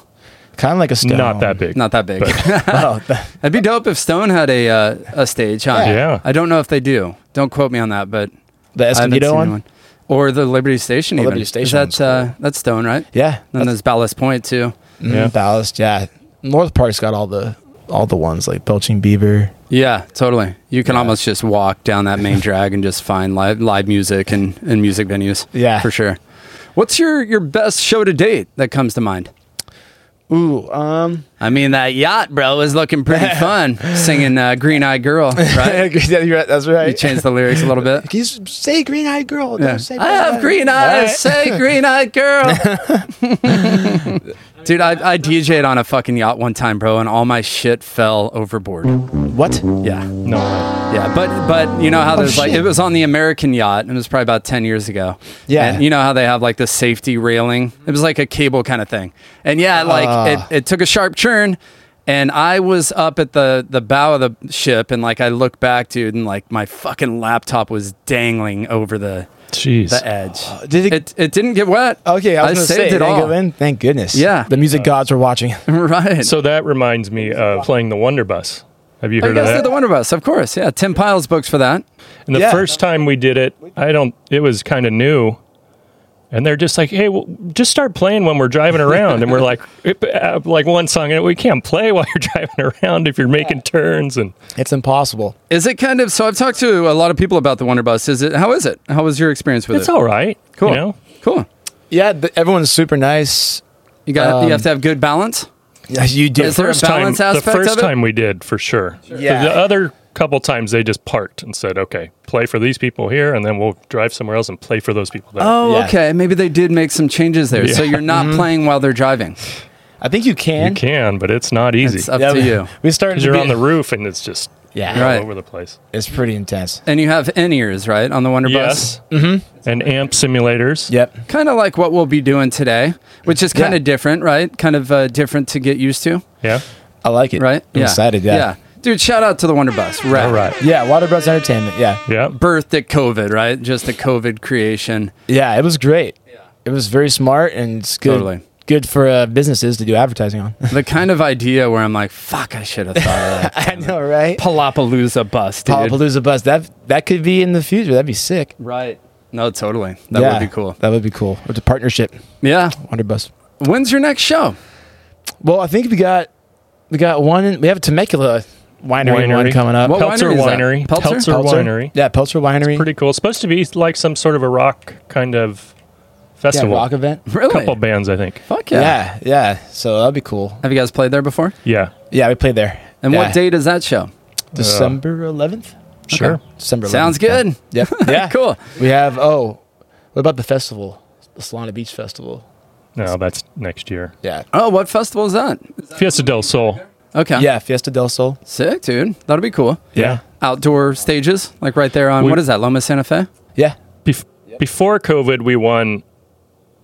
S4: kind of like a stone.
S3: Not that big.
S2: Not that big.
S4: Oh, th-
S2: That'd be dope if Stone had a uh, a stage, huh?
S3: Yeah.
S2: I don't know if they do. Don't quote me on that, but
S4: the
S2: I haven't
S4: Escondido
S2: seen
S4: one.
S2: one. Or the Liberty Station.
S4: Oh,
S2: even.
S4: Liberty
S2: Is
S4: Station
S2: That's
S4: one's
S2: uh, that's Stone, right?
S4: Yeah,
S2: And then there's Ballast Point too.
S4: Mm,
S3: Yeah.
S4: Ballast. Yeah, North Park's got all the all the ones like Belching Beaver.
S2: Yeah, totally. You can almost just walk down that main drag and just find live live music and, and music venues.
S4: Yeah.
S2: for sure. What's your your best show to date that comes to mind?
S4: Ooh, um,
S2: I mean, that yacht, bro, is looking pretty fun. Singing uh, "Green Eyed Girl," right?
S4: Yeah, you're right, that's
S2: You
S4: right.
S2: changed the lyrics a little bit.
S4: Can you s- say green eyed girl? Don't
S2: Yeah.
S4: say
S2: I have
S4: blonde.
S2: green eyes. Say green eyed girl. Dude, I, I DJ'd on a fucking yacht one time, bro, and all my shit fell overboard.
S4: What?
S2: Yeah.
S3: No, way.
S2: Yeah. But, but you know how there's like,
S4: Oh, shit.
S2: it was on the American yacht, and it was probably about 10 years ago.
S4: Yeah.
S2: And you know how they have like the safety railing? It was like a cable kind of thing. And yeah, like
S4: Ah.
S2: it, it took a sharp turn. And I was up at the, the bow of the ship, and like I looked back, dude, and like my fucking laptop was dangling over the
S3: jeez.
S2: the edge.
S4: uh, did it-
S2: it, it? didn't get wet.
S4: Okay, I was gonna
S2: saved
S4: say,
S2: it
S4: didn't
S2: all.
S4: go in. Thank goodness.
S2: Yeah. Uh,
S4: the music gods were watching.
S2: right. So
S3: so that reminds me of playing the Wonder Bus. Have you
S2: you
S3: heard
S2: guys
S3: of
S2: did the
S3: that?
S2: Wonder Bus, of course. Yeah, Tim Piles books for that.
S3: And the
S4: Yeah.
S3: first time we did it, I don't. It was kind of new, and they're just like, "Hey, well, just start playing when we're driving around." and we're like, it- uh, "Like one song, and we can't play while you're driving around if you're making turns." And
S4: It's impossible.
S2: Is it kind of so? I've talked to a lot of people about the Wonder Bus. Is it? How is it? How was your experience with
S3: it's
S2: it?
S3: all right.
S2: cool.
S3: You know,
S2: Cool.
S4: Yeah, the, everyone's super nice.
S2: You got.
S4: Um,
S2: you have to have good balance.
S4: Yeah, you do.
S2: Is there a
S3: first time,
S2: balance
S3: the
S2: aspect
S3: first
S2: of it?
S3: time we did for sure.
S4: Yeah.
S3: The other couple times they just parked and said, "Okay, play for these people here, and then we'll drive somewhere else and play for those people there."
S2: Oh,
S4: Yeah.
S2: okay. Maybe they did make some changes there, so
S3: Yeah.
S2: you're not playing while they're driving.
S4: I think you
S3: you
S4: can.
S3: can, but it's not
S2: It's
S3: easy
S2: up
S4: Yeah,
S2: to
S4: we-
S2: you.
S4: We started.
S3: because
S4: to
S3: you're
S4: be-
S3: on the roof and it's just
S4: Yeah,
S3: all
S2: Right.
S3: over the place.
S4: it's pretty intense.
S2: And you have in ears, right, on the Wonder Bus.
S3: Yes. Mm-hmm. And amp simulators.
S4: Yep.
S2: Kind of like what we'll be doing today, which is kind
S4: Yeah.
S2: of different, right? Kind of uh, different to get used to.
S3: Yeah.
S4: I like it.
S2: right?
S4: I'm excited. Yeah.
S2: Dude, shout out to the Wonder Bus. Right.
S3: All right.
S4: Yeah. Water Bros Entertainment. Yeah.
S3: Yeah.
S2: Birthed at COVID, right? Just a COVID creation.
S4: Yeah. It was great. It was very smart and it's good.
S2: Totally.
S4: Good for uh, businesses to do advertising on.
S2: The kind of idea where I'm like, fuck, I should have thought of that.
S4: I know, right?
S2: Palapalooza bus, dude.
S4: Palapalooza bus. That that could be in the future. That'd be sick.
S2: right. No, totally. That
S4: Yeah,
S2: would be cool.
S4: That would be cool. It's a partnership.
S2: Yeah.
S4: Wonder Bus.
S2: When's your next show?
S4: Well, I think we got we got one. In, we have a Temecula winery,
S3: Winery.
S4: one coming up.
S2: What
S3: Peltzer
S2: winery is that?
S3: Winery.
S2: Peltzer?
S3: Peltzer
S4: Peltzer?
S3: Winery.
S4: Yeah, Peltzer Winery.
S3: Pretty cool. It's supposed to be like some sort of a rock kind of
S4: yeah,
S3: festival.
S4: rock event.
S2: Really?
S3: Couple bands, I think.
S2: Fuck yeah.
S4: Yeah. yeah, So that'll be cool.
S2: Have you guys played there before?
S3: Yeah.
S4: Yeah, we played there.
S2: And
S4: Yeah.
S2: what date is that show?
S4: December eleventh.
S3: Sure.
S4: December. 11th.
S2: Sounds good.
S4: Yeah. yeah.
S2: Cool.
S4: We have. Oh, what about the festival? The Solana Beach Festival.
S3: No, that's next year.
S4: Yeah.
S2: Oh, what festival is that?
S3: Fiesta del Sol.
S2: Okay.
S4: Yeah, Fiesta del Sol.
S2: Sick, dude. That'll be cool.
S3: Yeah.
S2: Outdoor stages, like right there on,
S3: We-
S2: what is that, Loma Santa Fe?
S4: Yeah.
S3: Bef- Before COVID, we won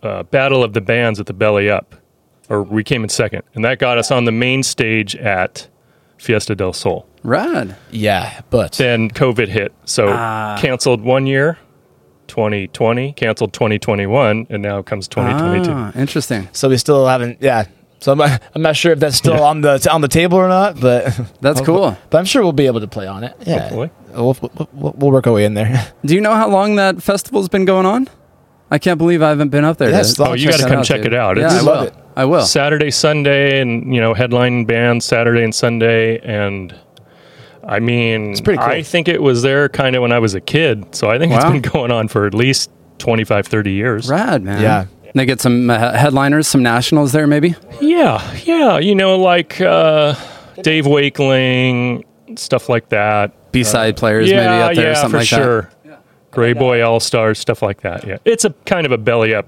S3: uh, Battle of the Bands at the Belly Up, or we came in second, and that got us on the main stage at Fiesta del Sol.
S2: Rad.
S4: Yeah, but
S3: Then COVID hit, so
S2: Ah.
S3: canceled one year, 2020, canceled 2021, and now comes 2022.
S2: Ah, interesting.
S4: so we still haven't. Yeah. So I'm, I'm not sure if that's still on the on the table or not, but
S2: That's cool.
S4: But I'm sure we'll be able to play on it. Yeah. Uh,
S3: Hopefully.
S4: We'll, we'll, we'll work our way in there.
S2: Do you know how long that festival's been going on? I can't believe I haven't been up there.
S4: Yes,
S2: to-
S4: long-
S3: Oh, you
S4: Check
S3: got to
S4: that
S3: come
S2: out,
S3: check
S2: dude.
S3: it out.
S2: Yeah,
S3: It's
S2: I
S4: love
S2: will.
S4: it.
S2: I will.
S3: Saturday, Sunday, and you know, headline bands Saturday and Sunday, and I mean,
S4: pretty cool.
S3: I think it was there kind of when I was a kid, so I think it's
S2: Wow.
S3: been going on for at least 25, 30 years.
S2: Rad, man.
S4: Yeah.
S2: They get some uh, headliners, some nationals there, maybe.
S3: Yeah, yeah. You know, like uh, Dave Wakeling, stuff like that.
S2: B side players,
S3: Uh, yeah,
S2: maybe up there,
S3: yeah,
S2: or something
S3: for
S2: like that.
S3: sure. Gray Boy All Stars, stuff like that. Yeah, it's a kind of a belly up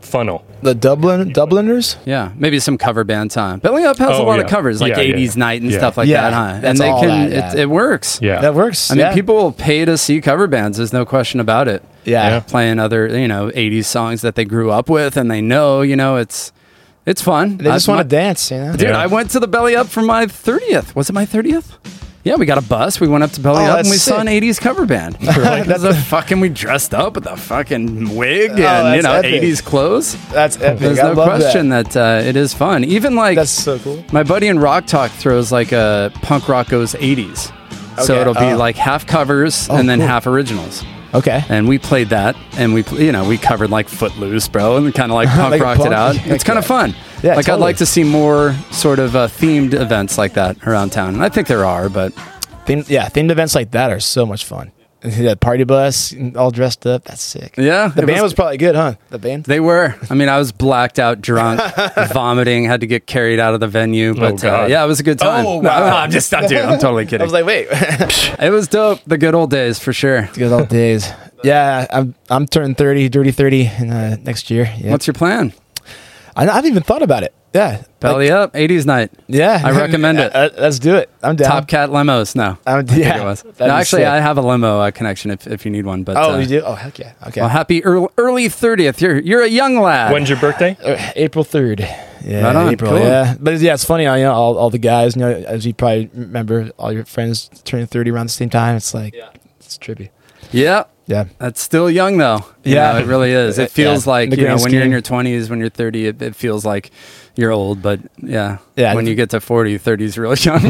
S3: funnel.
S4: The Dublin Dubliners.
S2: Yeah, maybe some cover band time. Belly Up has a
S3: Oh,
S2: lot
S3: yeah.
S2: of covers, like
S3: Yeah, yeah,
S2: 80s
S3: yeah.
S2: Night and
S3: Yeah.
S2: stuff like
S4: Yeah,
S2: that, huh? And
S4: that's
S2: they
S4: all
S2: can,
S4: that,
S2: it,
S4: yeah.
S2: it works.
S3: Yeah,
S4: That works.
S2: I mean,
S4: yeah.
S2: people will pay to see cover bands. There's no question about it.
S4: Yeah.
S3: Yeah.
S2: Playing other, you know, 80s songs that they grew up with and they know, you know, it's it's fun.
S4: They just
S2: I-
S4: want to
S2: my-
S4: dance, you know.
S2: Dude,
S3: Yeah.
S2: I went to the Belly Up for my 30th. Was it my 30th? Yeah, we got a bus. We went up to Belly
S4: Oh,
S2: Up and
S4: that's
S2: we saw an
S4: sick.
S2: 80s cover band. We were like, this is a fucking, we dressed up with a fucking wig and, you
S4: Oh, that's
S2: know,
S4: epic.
S2: 80s clothes.
S4: That's epic.
S2: There's
S4: I
S2: no
S4: love
S2: question
S4: That.
S2: that, uh, it is fun. Even like
S4: That's so cool.
S2: my buddy in Rock Talk throws like a punk rock goes 80s. So
S4: Okay,
S2: it'll be
S4: oh.
S2: like half covers and then
S4: cool.
S2: half originals.
S4: Okay.
S2: And we played that and we, pl- you know, we covered like Footloose, bro, and kind of like punk
S4: Like
S2: rocked it
S4: punk?
S2: out.
S4: Heck
S2: It's kind of
S4: yeah.
S2: fun.
S4: Yeah,
S2: like I'd
S4: totally.
S2: like to see more sort of uh, themed events like that around town. And I think there are, but
S4: Themed, yeah, themed events like that are so much fun. that party bus, all dressed up. That's sick.
S2: Yeah,
S4: The
S2: it
S4: band
S2: was-
S4: was, probably good, huh? The band.
S2: they were. I mean, I was blacked out, drunk, vomiting, had to get carried out of the venue. But uh,
S3: God.
S2: yeah, it was a good time.
S4: Oh,
S2: No,
S4: wow.
S2: I'm just, I'm, dude, I'm totally
S4: I
S2: kidding.
S4: was like, wait,
S2: it was dope. The good old days for sure.
S4: good old days. Yeah, I'm I'm turning thirty, dirty thirty, in uh, next year. Yeah,
S2: What's your plan?
S4: I, I haven't even thought about it. Yeah,
S2: Belly
S4: Like,
S2: up, 80s night.
S4: yeah,
S2: I recommend it.
S4: Uh, let's do it. I'm down.
S2: Top Cat Limos. No.
S4: I'm,
S2: I think
S4: Uh, yeah,
S2: it was.
S4: that'd
S2: No,
S4: be
S2: actually,
S4: sick.
S2: I have a limo uh, connection if, if you need one. But
S4: Oh,
S2: uh,
S4: you do? Oh, heck yeah. Okay,
S2: Well, happy early, early 30th. You're you're a young lad.
S3: When's your birthday?
S4: Uh, April third. Yeah,
S2: Right on,
S4: April.
S2: cool.
S4: Yeah, but yeah, it's funny. You know, all, all the guys. You know, as you probably remember, all your friends turning thirty around the same time. It's like it's trippy.
S2: yeah.
S4: Yeah,
S2: That's still young though. You
S4: Yeah.
S2: know, it really is. It
S4: Yeah.
S2: feels like
S4: In the
S2: you know when
S4: grand
S2: you're in
S4: scheme.
S2: your 20s, when you're 30, it, it feels like you're old. But yeah,
S4: Yeah.
S2: When you get to 40, 30 is really young.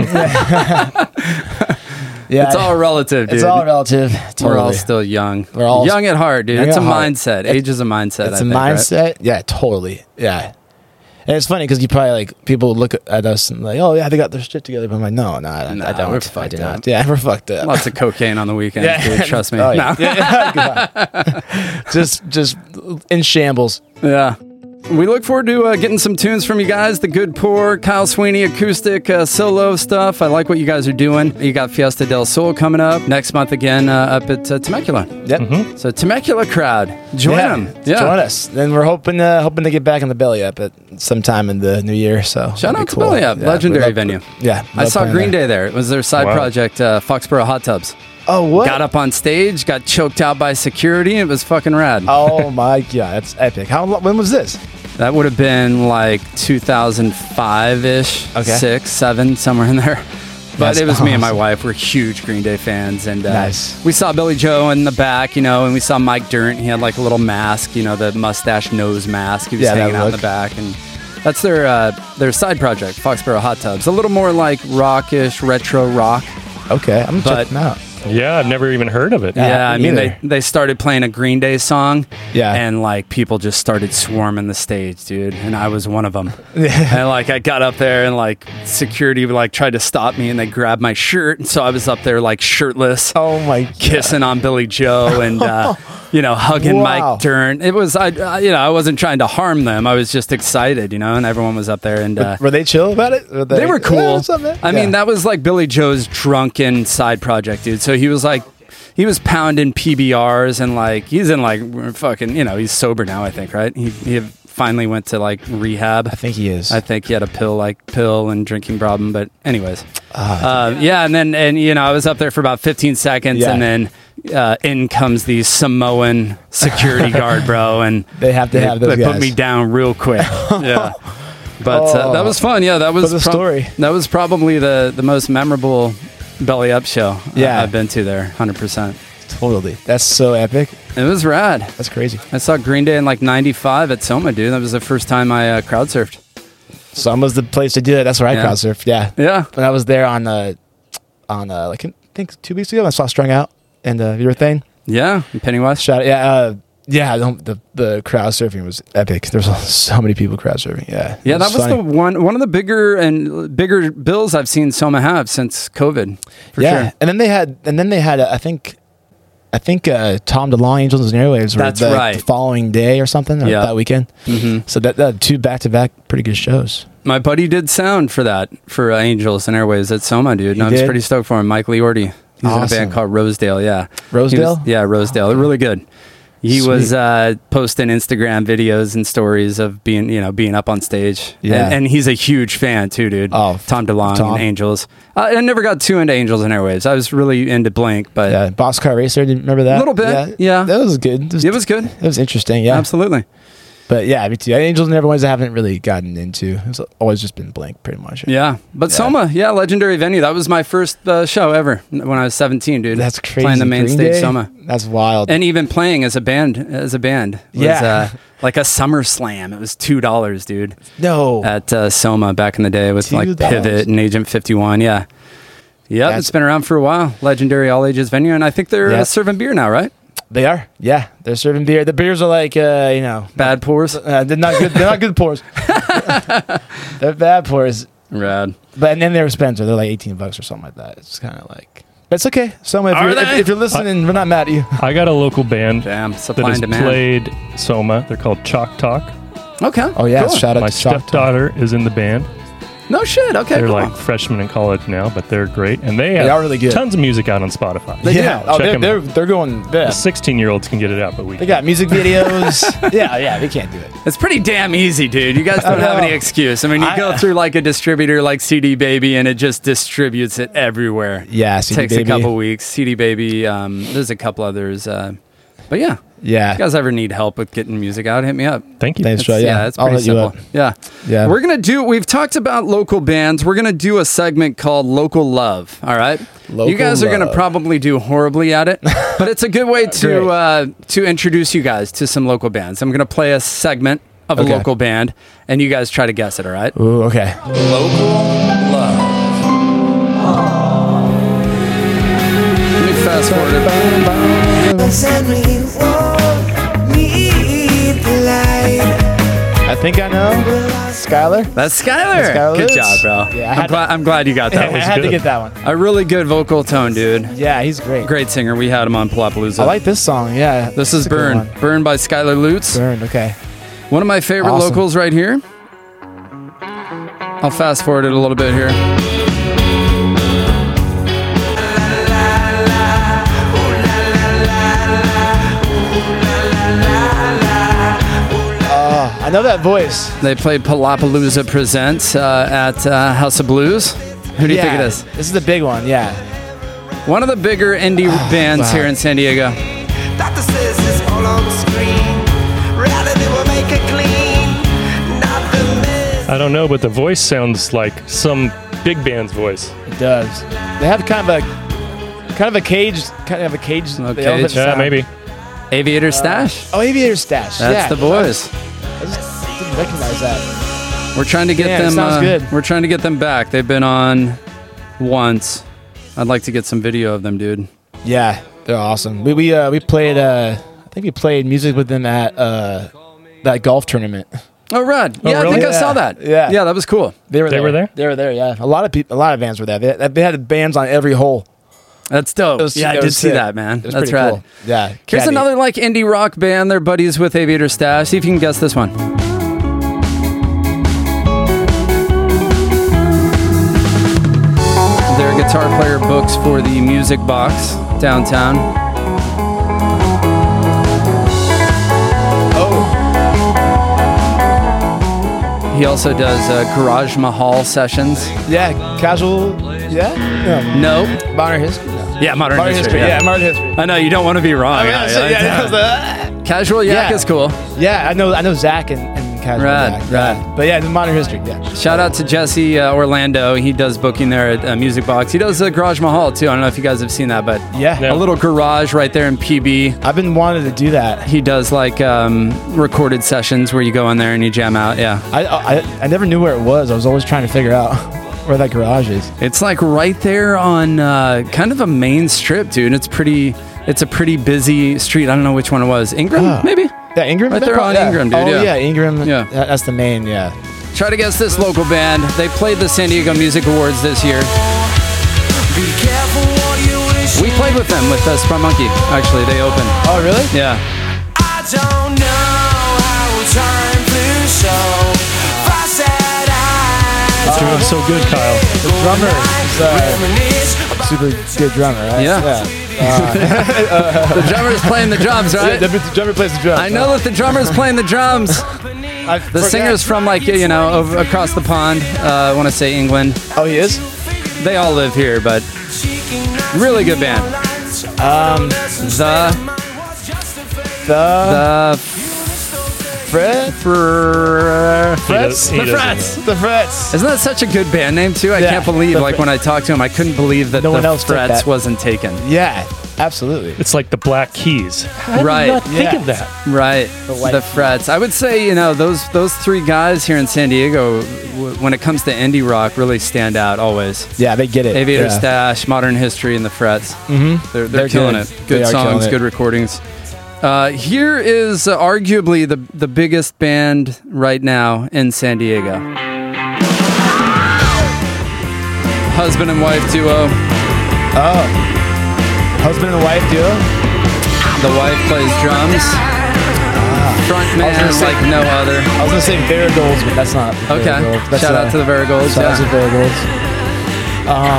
S4: yeah.
S2: it's all relative, dude.
S4: it's all relative. Totally.
S2: We're all still young.
S4: We're all-
S2: young at heart, dude.
S4: Young
S2: It's a
S4: at heart.
S2: mindset. Age is a mindset.
S4: It's
S2: I
S4: a
S2: think, right?
S4: mindset. Yeah, totally. Yeah. And it's funny because you probably like people look at us and like, oh yeah, they got their shit together. But I'm like, no, no, I,
S2: Nah,
S4: I don't.
S2: we're
S4: I
S2: fucked
S4: do
S2: up.
S4: not. Yeah, we're fucked up.
S2: Lots of cocaine on the weekends,
S4: Yeah.
S2: dude. Trust me.
S4: Oh, yeah.
S2: No. Yeah.
S4: just, just in shambles.
S2: We look forward to uh, getting some tunes from you guys. The Good Poor, Kyle Sweeney, acoustic, uh, solo stuff. I like what you guys are doing. You got Fiesta del Sol coming up next month again uh, up at uh, Temecula.
S4: Yep.
S2: So Temecula crowd, join
S4: yeah.
S2: them. Yeah.
S4: Join us. Then we're hoping, uh, hoping to get back on the belly up at sometime in the new year. So
S2: Shout
S4: that'd
S2: out
S4: be
S2: to Belly Up,
S4: Yeah,
S2: legendary
S4: we love-
S2: venue.
S4: Yeah,
S2: I
S4: love
S2: saw
S4: playing
S2: Green
S4: there.
S2: Day there. It was their side
S3: Wow.
S2: project, uh, Foxborough Hot Tubs.
S4: Oh what?
S2: Got up on stage, got choked out by security. It was fucking rad.
S4: Oh my god, that's epic. How? lo- When was this?
S2: That would have been like 2005 ish,
S4: Okay.
S2: six, seven, somewhere in there. But
S4: That's
S2: it was me and my
S4: awesome.
S2: wife. We're huge Green Day fans, and uh,
S4: Nice.
S2: we saw Billy Joe in the back, you know, and we saw Mike Durant. He had like a little mask, you know, the mustache nose mask. He was
S4: Yeah, that
S2: hanging out in the
S4: look.
S2: back, and that's their uh, their side project, Foxborough Hot Tubs. A little more like rockish retro rock.
S4: Okay, I'm gonna
S2: But-
S4: check them out.
S3: Yeah, I've never even heard of it.
S2: Yeah,
S4: me
S2: I mean
S4: neither.
S2: they they started playing a Green Day song.
S4: Yeah.
S2: and like people just started swarming the stage, dude, and I was one of them. and like I got up there and like security like tried to stop me and they grabbed my shirt, and so I was up there like shirtless,
S4: Oh my god.
S2: kissing on Billy Joe and. Uh, You know, hugging
S4: Wow.
S2: Mike Dern. It was I, I, you know, I wasn't trying to harm them. I was just excited, you know, and everyone was up there and uh,
S4: Were they chill about it? Were
S2: they were cool.
S4: "Yeah, what's up, man?"
S2: I
S4: Yeah.
S2: mean, that was like Billy Joe's drunken side project, dude. So he was like, he was pounding PBRs and like he's in like fucking, you know, he's sober now. I think, right? He he finally went to like rehab.
S4: I think he is.
S2: I think he had a pill, like pill and drinking problem. But anyways,
S4: Ah,
S2: uh, yeah. And then and you know I was up there for about 15 seconds,
S4: Yeah.
S2: and then uh, in comes the Samoan security guard, bro, and
S4: They have to have those
S2: they put
S4: guys.
S2: me down real quick. yeah. But uh, that was fun. Yeah, that was
S4: the story.
S2: That was probably the the most memorable belly up show I-
S4: Yeah.
S2: I've been to there. 100. percent
S4: totally. That's so epic.
S2: It was rad.
S4: That's crazy.
S2: I saw Green Day in like '95 at Soma, dude. That was the first time I uh, crowd surfed.
S4: Summer's the place to do it. That's where I
S2: Yeah.
S4: crowd surfed. Yeah.
S2: Yeah.
S4: When I was there on uh on uh like I think two weeks ago, I saw Strung Out and uh, your thing.
S2: Yeah, and Pennywise.
S4: Shout out. Yeah. Uh, yeah. The, the the crowd surfing was epic. There's so many people crowd surfing. Yeah.
S2: Yeah, that was the
S4: funny.
S2: one one of the bigger and bigger bills I've seen Soma have since COVID. For
S4: yeah.
S2: sure.
S4: And then they had and then they had uh, I think. I think uh, Tom DeLonge, Angels and Airwaves, were
S2: That's
S4: the,
S2: right.
S4: the following day or something, or
S2: Yeah.
S4: that weekend. Mm-hmm. So that, that two back to back pretty good shows.
S2: My buddy did sound for that for uh, Angels and Airways at Soma, dude. And I was
S4: did?
S2: pretty stoked for him. Mike Liordi. He's in a
S4: Awesome.
S2: band called Rosedale. Yeah, He was-
S4: Rosedale?
S2: yeah, Rosedale. They're Really good. He was uh, posting Instagram videos and stories of being, you know, being up on stage.
S4: Yeah.
S2: and, and he's a huge fan too, dude.
S4: Oh, f-
S2: Tom DeLonge
S4: Tom.
S2: and Angels. Uh, I, I never got too into Angels and Airwaves. I was really into Blink, but
S4: Yeah, Boxcar Uh, Racer. Do you remember that?
S2: Little bit, yeah.
S4: that was good. That
S2: it was good.
S4: That was interesting. Yeah,
S2: Absolutely.
S4: But yeah, me too. Uh, Angels Never Ones I haven't really gotten into. It's always just been blank, pretty much.
S2: Yeah, but Soma, yeah, legendary venue. That was my first uh, show ever when I was 17, dude.
S4: that's crazy.
S2: Playing the main
S4: Green
S2: stage
S4: Day?
S2: Soma.
S4: That's wild.
S2: And even playing as a band, as a band, was,
S4: Yeah.
S2: uh, like a summer slam. It was two dollars, dude,
S4: no,
S2: at uh, Soma back in the day with like
S4: $2.
S2: Pivot and Agent Fifty One. Yeah, yep,
S4: That's-
S2: it's been around for a while. Legendary all ages venue, and I think they're uh,
S4: Yep.
S2: serving beer now, right?
S4: they are. Yeah, they're serving beer. The beers are like, uh, you know,
S2: Bad pours,
S4: uh, they're not good. They're not good pours. they're bad pours.
S2: rad.
S4: But and then they're expensive. They're like eighteen bucks or something like that. It's kind of like, but it's okay. Soma, if
S2: Are
S4: you're, if,
S2: they?
S4: if you're listening, we're not mad at you.
S3: I got a local band
S2: Damn,
S3: that
S2: supply
S3: has
S2: and demand.
S3: played Soma. They're called Chalk Talk.
S2: Okay.
S4: Oh yeah,
S2: cool.
S4: shout out
S3: My
S4: to Shock Top.
S3: stepdaughter is in the band.
S2: No shit. Okay.
S3: They're
S2: cool.
S3: like freshmen in college now, but they're great, and they, have
S4: are really good.
S3: Tons of music out on Spotify.
S2: They
S4: yeah,
S2: do.
S4: oh,
S3: Check
S4: they're,
S3: 'em
S4: they're
S3: out.
S4: they're going. Yeah.
S3: Sixteen-year-olds can get it out, but we
S4: They got music videos. yeah, yeah, they can't do it.
S2: It's pretty damn easy, dude. You guys
S4: I
S2: don't have
S4: know.
S2: any excuse. I mean, you
S4: I- uh,
S2: go through like a distributor like CD Baby and it just distributes it everywhere.
S4: Yeah, CD
S2: Takes
S4: Baby.
S2: a couple weeks. CD Baby, um, there's a couple others. Uh, but yeah,
S4: Yeah,
S2: if you guys ever need help with getting music out, hit me up.
S3: Thank you.
S4: Thanks, Troy.
S2: It's-
S4: yeah,
S2: it's
S4: I'll
S2: pretty
S4: hit you
S2: simple.
S4: up.
S2: Yeah.
S4: Yeah.
S2: We're going to do, we've talked about local bands. We're going to do a segment called Local Love. All right.
S4: Local
S2: you guys are going to
S4: Love.
S2: probably do horribly at it, but it's a good way to,
S4: Great.
S2: uh, to introduce you guys to some local bands. I'm going to play a segment of
S4: Okay.
S2: a local band and you guys try to guess it. All right.
S4: Ooh, okay.
S2: Let me fast forward it.
S4: I think I know. Skylar?
S2: That's Skylar.
S4: Skylar
S2: Good
S4: Lutz.
S2: job, bro.
S4: Yeah, I
S2: I'm,
S4: had to-
S2: glad, I'm glad you got that
S4: I
S2: one.
S4: had to
S3: good.
S4: get that one.
S2: A really good vocal tone, dude.
S4: Yeah, he's great.
S2: Great singer. We had him on Palapalooza.
S4: I like this song. Yeah.
S2: this
S4: It's
S2: is
S4: a good
S2: Burn.
S4: one.
S2: Burn by Skylar Lutz.
S4: Burn. Okay.
S2: One of my favorite
S4: Awesome.
S2: locals right here. I'll fast forward it a little bit here.
S4: I know that voice.
S2: They played Palapalooza Presents uh, at uh, House of Blues. Who do you
S4: yeah.
S2: think it is?
S4: This is the big one. Yeah.
S2: One of the bigger indie bands
S4: Oh, wow.
S2: here in San Diego.
S9: Doctor says it's all on screen. Reality will make it clean. Not the mess.
S3: I don't know, but the voice sounds like some big band's voice.
S4: It does. They have kind of a kind of a cage kind of a cage. the
S2: Okay,
S4: elephant
S3: Yeah,
S4: sound.
S3: maybe.
S2: Aviator Stash.
S4: Oh, Aviator Stash.
S2: That's
S4: yeah.
S2: the boys.
S4: I just didn't recognize that.
S2: We're trying to get
S4: Damn,
S2: them.
S4: sounds
S2: uh,
S4: good.
S2: We're trying to get them back. They've been on once. I'd like to get some video of them, dude.
S4: Yeah. They're awesome. We we uh, we played uh I think we played music with them at uh that golf tournament.
S2: Oh, Rod. yeah, I
S3: really?
S2: think I
S4: Yeah.
S2: saw that.
S4: Yeah.
S2: yeah, that was cool.
S4: They were
S3: They
S4: there.
S3: were there?
S4: They were there. Yeah, a lot of people, a lot of bands were there. They, they had bands on every hole.
S2: That's dope.
S4: It was-
S2: yeah, I
S4: it
S2: did
S4: was
S2: see
S4: sick.
S2: that, man.
S4: It was
S2: That's
S4: pretty
S2: rad.
S4: cool. Yeah.
S2: Here's
S4: Caddy.
S2: another like indie rock band. They're buddies with Aviator Stash. See if you can guess this one. Their guitar player books for the Music Box downtown.
S4: Oh,
S2: He also does uh, Garage Mahal sessions.
S4: yeah. Casual. Yeah.
S2: No.
S4: No. Modern history. no.
S2: Yeah, modern,
S4: Modern history. Yeah. Modern history.
S2: I know you don't want to be wrong.
S4: I mean,
S2: I-
S4: so,
S2: I-
S4: yeah, that was the-
S2: Casual yak
S4: Yeah.
S2: is cool.
S4: yeah, I know. I know Zach and, and Casual.
S2: Rad,
S4: Zach, yeah.
S2: rad.
S4: But yeah, the modern history. Yeah.
S2: Shout out to Jesse uh, Orlando. He does booking there at uh, Music Box. He does uh, Garage Mahal too. I don't know if you guys have seen that, but
S4: Yeah.
S2: a little garage right there in PB.
S4: I've been wanting to do that.
S2: He does like um, recorded sessions where you go in there and you jam out. Yeah,
S4: I, I I never knew where it was. I was always trying to figure out where that garage is.
S2: it's like right there on uh, kind of a main strip, dude. It's pretty. It's a pretty busy street. I don't know which one it was. Ingram,
S4: Oh.
S2: maybe.
S4: Yeah, Ingram.
S2: Right there on
S4: Yeah.
S2: Ingram, dude,
S4: Oh
S2: yeah.
S4: yeah, Ingram.
S2: Yeah.
S4: Yeah, that's the main. Yeah.
S2: Try to guess this local band. They played the San Diego Music Awards this year.
S9: Be careful what you wish
S2: We played with them with uh, Sprung Monkey. Actually, they opened.
S4: Oh, really?
S2: Yeah.
S9: I don't know how time flew so fast that I
S3: It's doing so good, Kyle.
S4: The drummer is uh,
S9: reminisce
S4: super good drummer, right?
S2: Yeah. The drummer's playing the drums,
S4: Yeah,
S2: right?
S4: The, the drummer plays the drums.
S2: I know that the drummer's playing the drums.
S4: I
S2: The
S4: forgot.
S2: singer's from like you know over, across the pond. Uh, I want to say England.
S4: Oh, he is.
S2: They all live here, but really good band.
S4: Um,
S2: The
S4: the,
S2: the
S4: Fred.
S2: fr-
S4: Frets?
S3: does- he
S4: The
S3: doesn't
S4: Frets. The Frets.
S2: isn't that such a good band name too? I
S4: Yeah,
S2: can't believe
S4: the
S2: like
S4: Fre-
S2: when I talked to him, I couldn't believe that
S4: No
S2: the
S4: one else took
S2: frets
S4: that.
S2: wasn't taken.
S4: Yeah, absolutely.
S3: It's like the Black Keys. How did
S2: Right.
S3: I not think
S4: Yeah.
S3: of that.
S2: Right, the,
S4: white-
S2: frets. I would say you know those those three guys here in San Diego, w- when it comes to indie rock, really stand out always.
S4: Yeah, they get it.
S2: Aviator
S4: yeah.
S2: Stash, Modern History, and the Frets. Mm-hmm. They're, they're,
S4: They're
S2: killing
S4: good.
S2: it.
S4: They
S2: Good
S4: are killing
S2: songs,
S4: it.
S2: good recordings. Uh, here is uh, arguably the, the biggest band right now in San Diego. Husband and wife duo.
S4: Husband and wife duo.
S2: The wife plays drums. Front man
S4: Ah. gonna say-
S2: like no other.
S4: I was gonna say Varigolds, but that's not.
S2: Okay.
S4: Varigolds. That's
S2: Shout
S4: uh,
S2: out to the Varigolds.
S4: Shout out to
S2: yeah.
S4: Varigolds.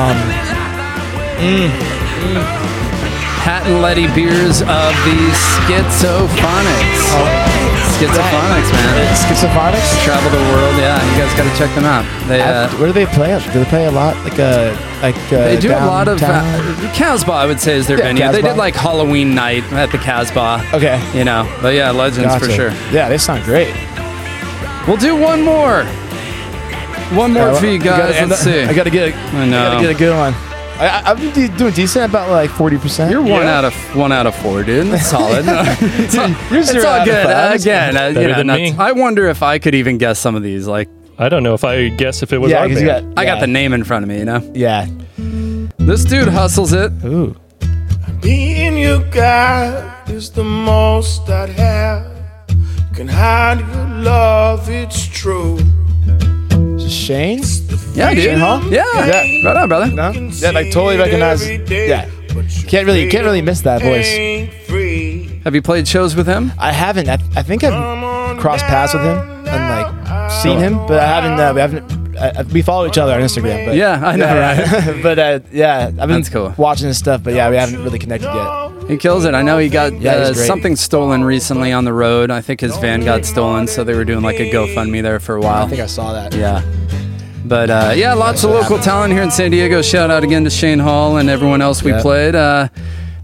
S2: Pat and Letty Beers of the Schizophonics.
S4: Oh.
S2: Schizophonics, man.
S4: Schizophrenics.
S2: Travel the world, yeah. You guys got to check them out. They uh,
S4: Where do they play? at? Do they play a lot? Like uh like. Uh,
S2: they do a lot of
S4: downtown?
S2: uh, Casbah. I would say is their
S4: Yeah,
S2: venue. They
S4: Casbah.
S2: did like Halloween night at the Casbah.
S4: okay.
S2: You know, but yeah, legends
S4: Gotcha.
S2: for sure.
S4: Yeah, they sound great.
S2: We'll do one more, one more
S4: Uh,
S2: for you
S4: I gotta
S2: guys.
S4: end
S2: Let's
S4: up-
S2: see.
S4: I gotta get. A,
S2: I know.
S4: gotta get a good one. I, I- I've been de- doing decent, about like forty percent.
S2: You're one out of one out of four, dude. That's solid. it's all,
S4: You're
S2: it's
S4: zero
S2: all
S4: out of
S2: good.
S4: five.
S2: Again, uh, you
S3: Better
S2: know,
S3: than
S2: not-
S3: me.
S2: I wonder if I could even guess some of these. Like,
S3: I don't know if I guess if it was
S4: Yeah,
S3: our
S4: 'cause
S3: band.
S4: you got.
S2: I got
S4: yeah.
S2: the name in front of me. You know,
S4: Yeah.
S2: this dude hustles it.
S4: Ooh.
S10: Being your guide is the most I'd have. Can hide your love, it's true.
S4: Is it Shane?
S2: Yeah, dude.
S4: Shane Hall?
S2: Yeah.
S4: Yeah.
S2: Right on, brother.
S4: No. Yeah, like totally recognize. Yeah. Can't really, can't really miss that voice.
S10: Free.
S2: Have you played shows with him?
S4: I haven't. I, I think I've crossed paths with him and like seen him, but I haven't. Uh, we haven't. Uh, we follow each other on Instagram. But,
S2: Yeah, I know,
S4: right? but uh, yeah, I've been
S2: That's cool.
S4: watching his stuff, but yeah, we haven't really connected yet.
S2: He kills it. I know he got
S4: Yeah, he's
S2: uh,
S4: great.
S2: something stolen recently on the road. I think his van got stolen, so they were doing like a GoFundMe there for a while.
S4: I think I saw that.
S2: yeah. But uh, yeah, lots of local talent here in San Diego. Shout out again to Shane Hall and everyone else we
S4: Yeah.
S2: played. Uh,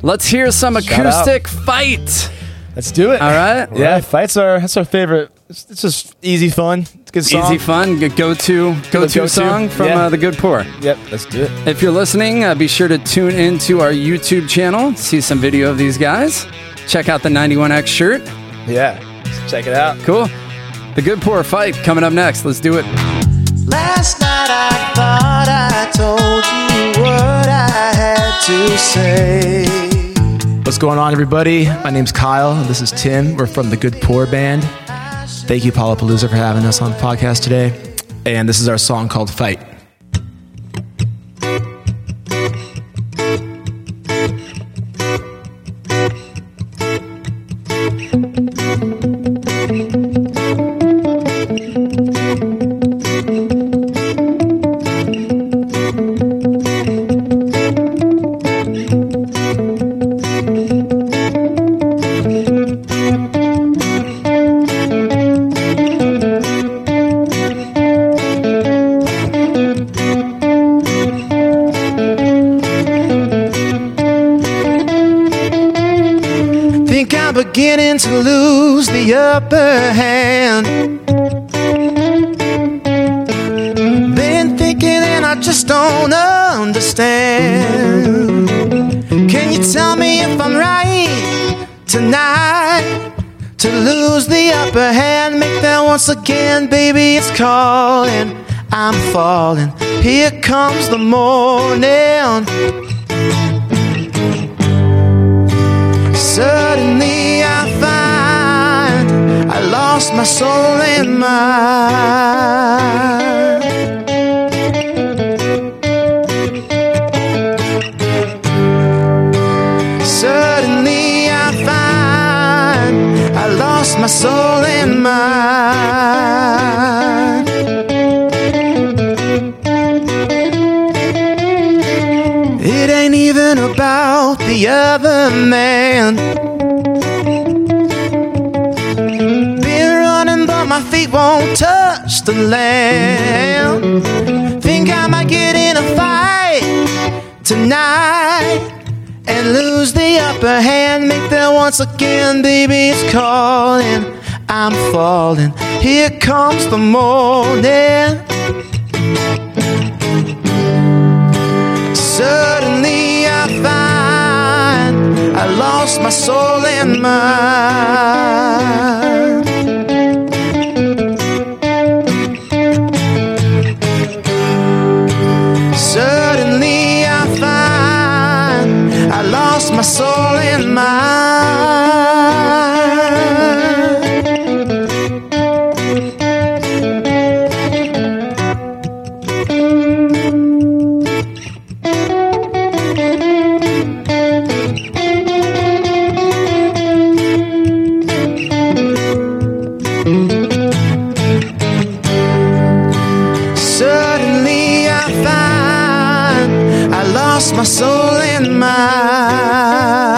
S2: let's hear some
S4: Shout out.
S2: acoustic fight.
S4: Let's do it.
S2: All right.
S4: Yeah, fights are that's our favorite. It's, it's just easy fun. It's a good song.
S2: Easy fun, go to go to
S4: go-to.
S2: song from
S4: Yeah.
S2: uh, the Good Poor.
S4: Yep, let's do it.
S2: If you're listening, uh, be sure to tune in to our YouTube channel, see some video of these guys, check out the 91X shirt.
S4: Yeah, check it out.
S2: Cool. The Good Poor fight coming up next. Let's do it.
S6: Last night I thought I told you what I had to say.
S4: What's going on, everybody? My name's Kyle. and This is Tim. We're from the Good Poor Band. Thank you, Paula Palooza, for having us on the podcast today. And this is our song called Fight. Think I'm beginning to lose the upper hand. Been thinking and I just don't understand. Can you tell me if I'm right tonight? To lose the upper hand, make that once again, baby, it's calling. I'm falling. Here comes the morning. Suddenly I find I lost my soul and mind.
S9: mine. It ain't even about the other man. Been running, but my feet won't touch the land. Think I might get in a fight tonight and lose the upper hand. Make that once again, baby, it's calling. I'm falling. Here comes the morning. Suddenly I find I lost my soul and mind. Suddenly I find I lost my soul and mind. Suddenly I find I lost my soul and mind.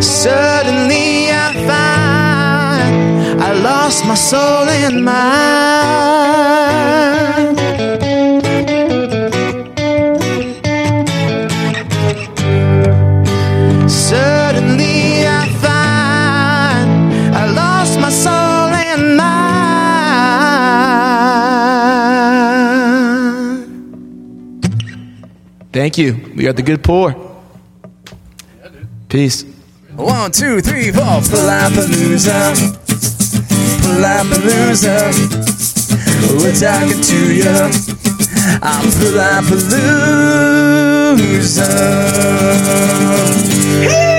S9: Suddenly I find I lost my soul and mind. Suddenly I find I lost my soul and mind.
S4: Thank you. We got the good pour. Peace.
S1: One, two, three, four. Palapalooza. Palapalooza. We're talking to ya. I'm Palapalooza. Hey!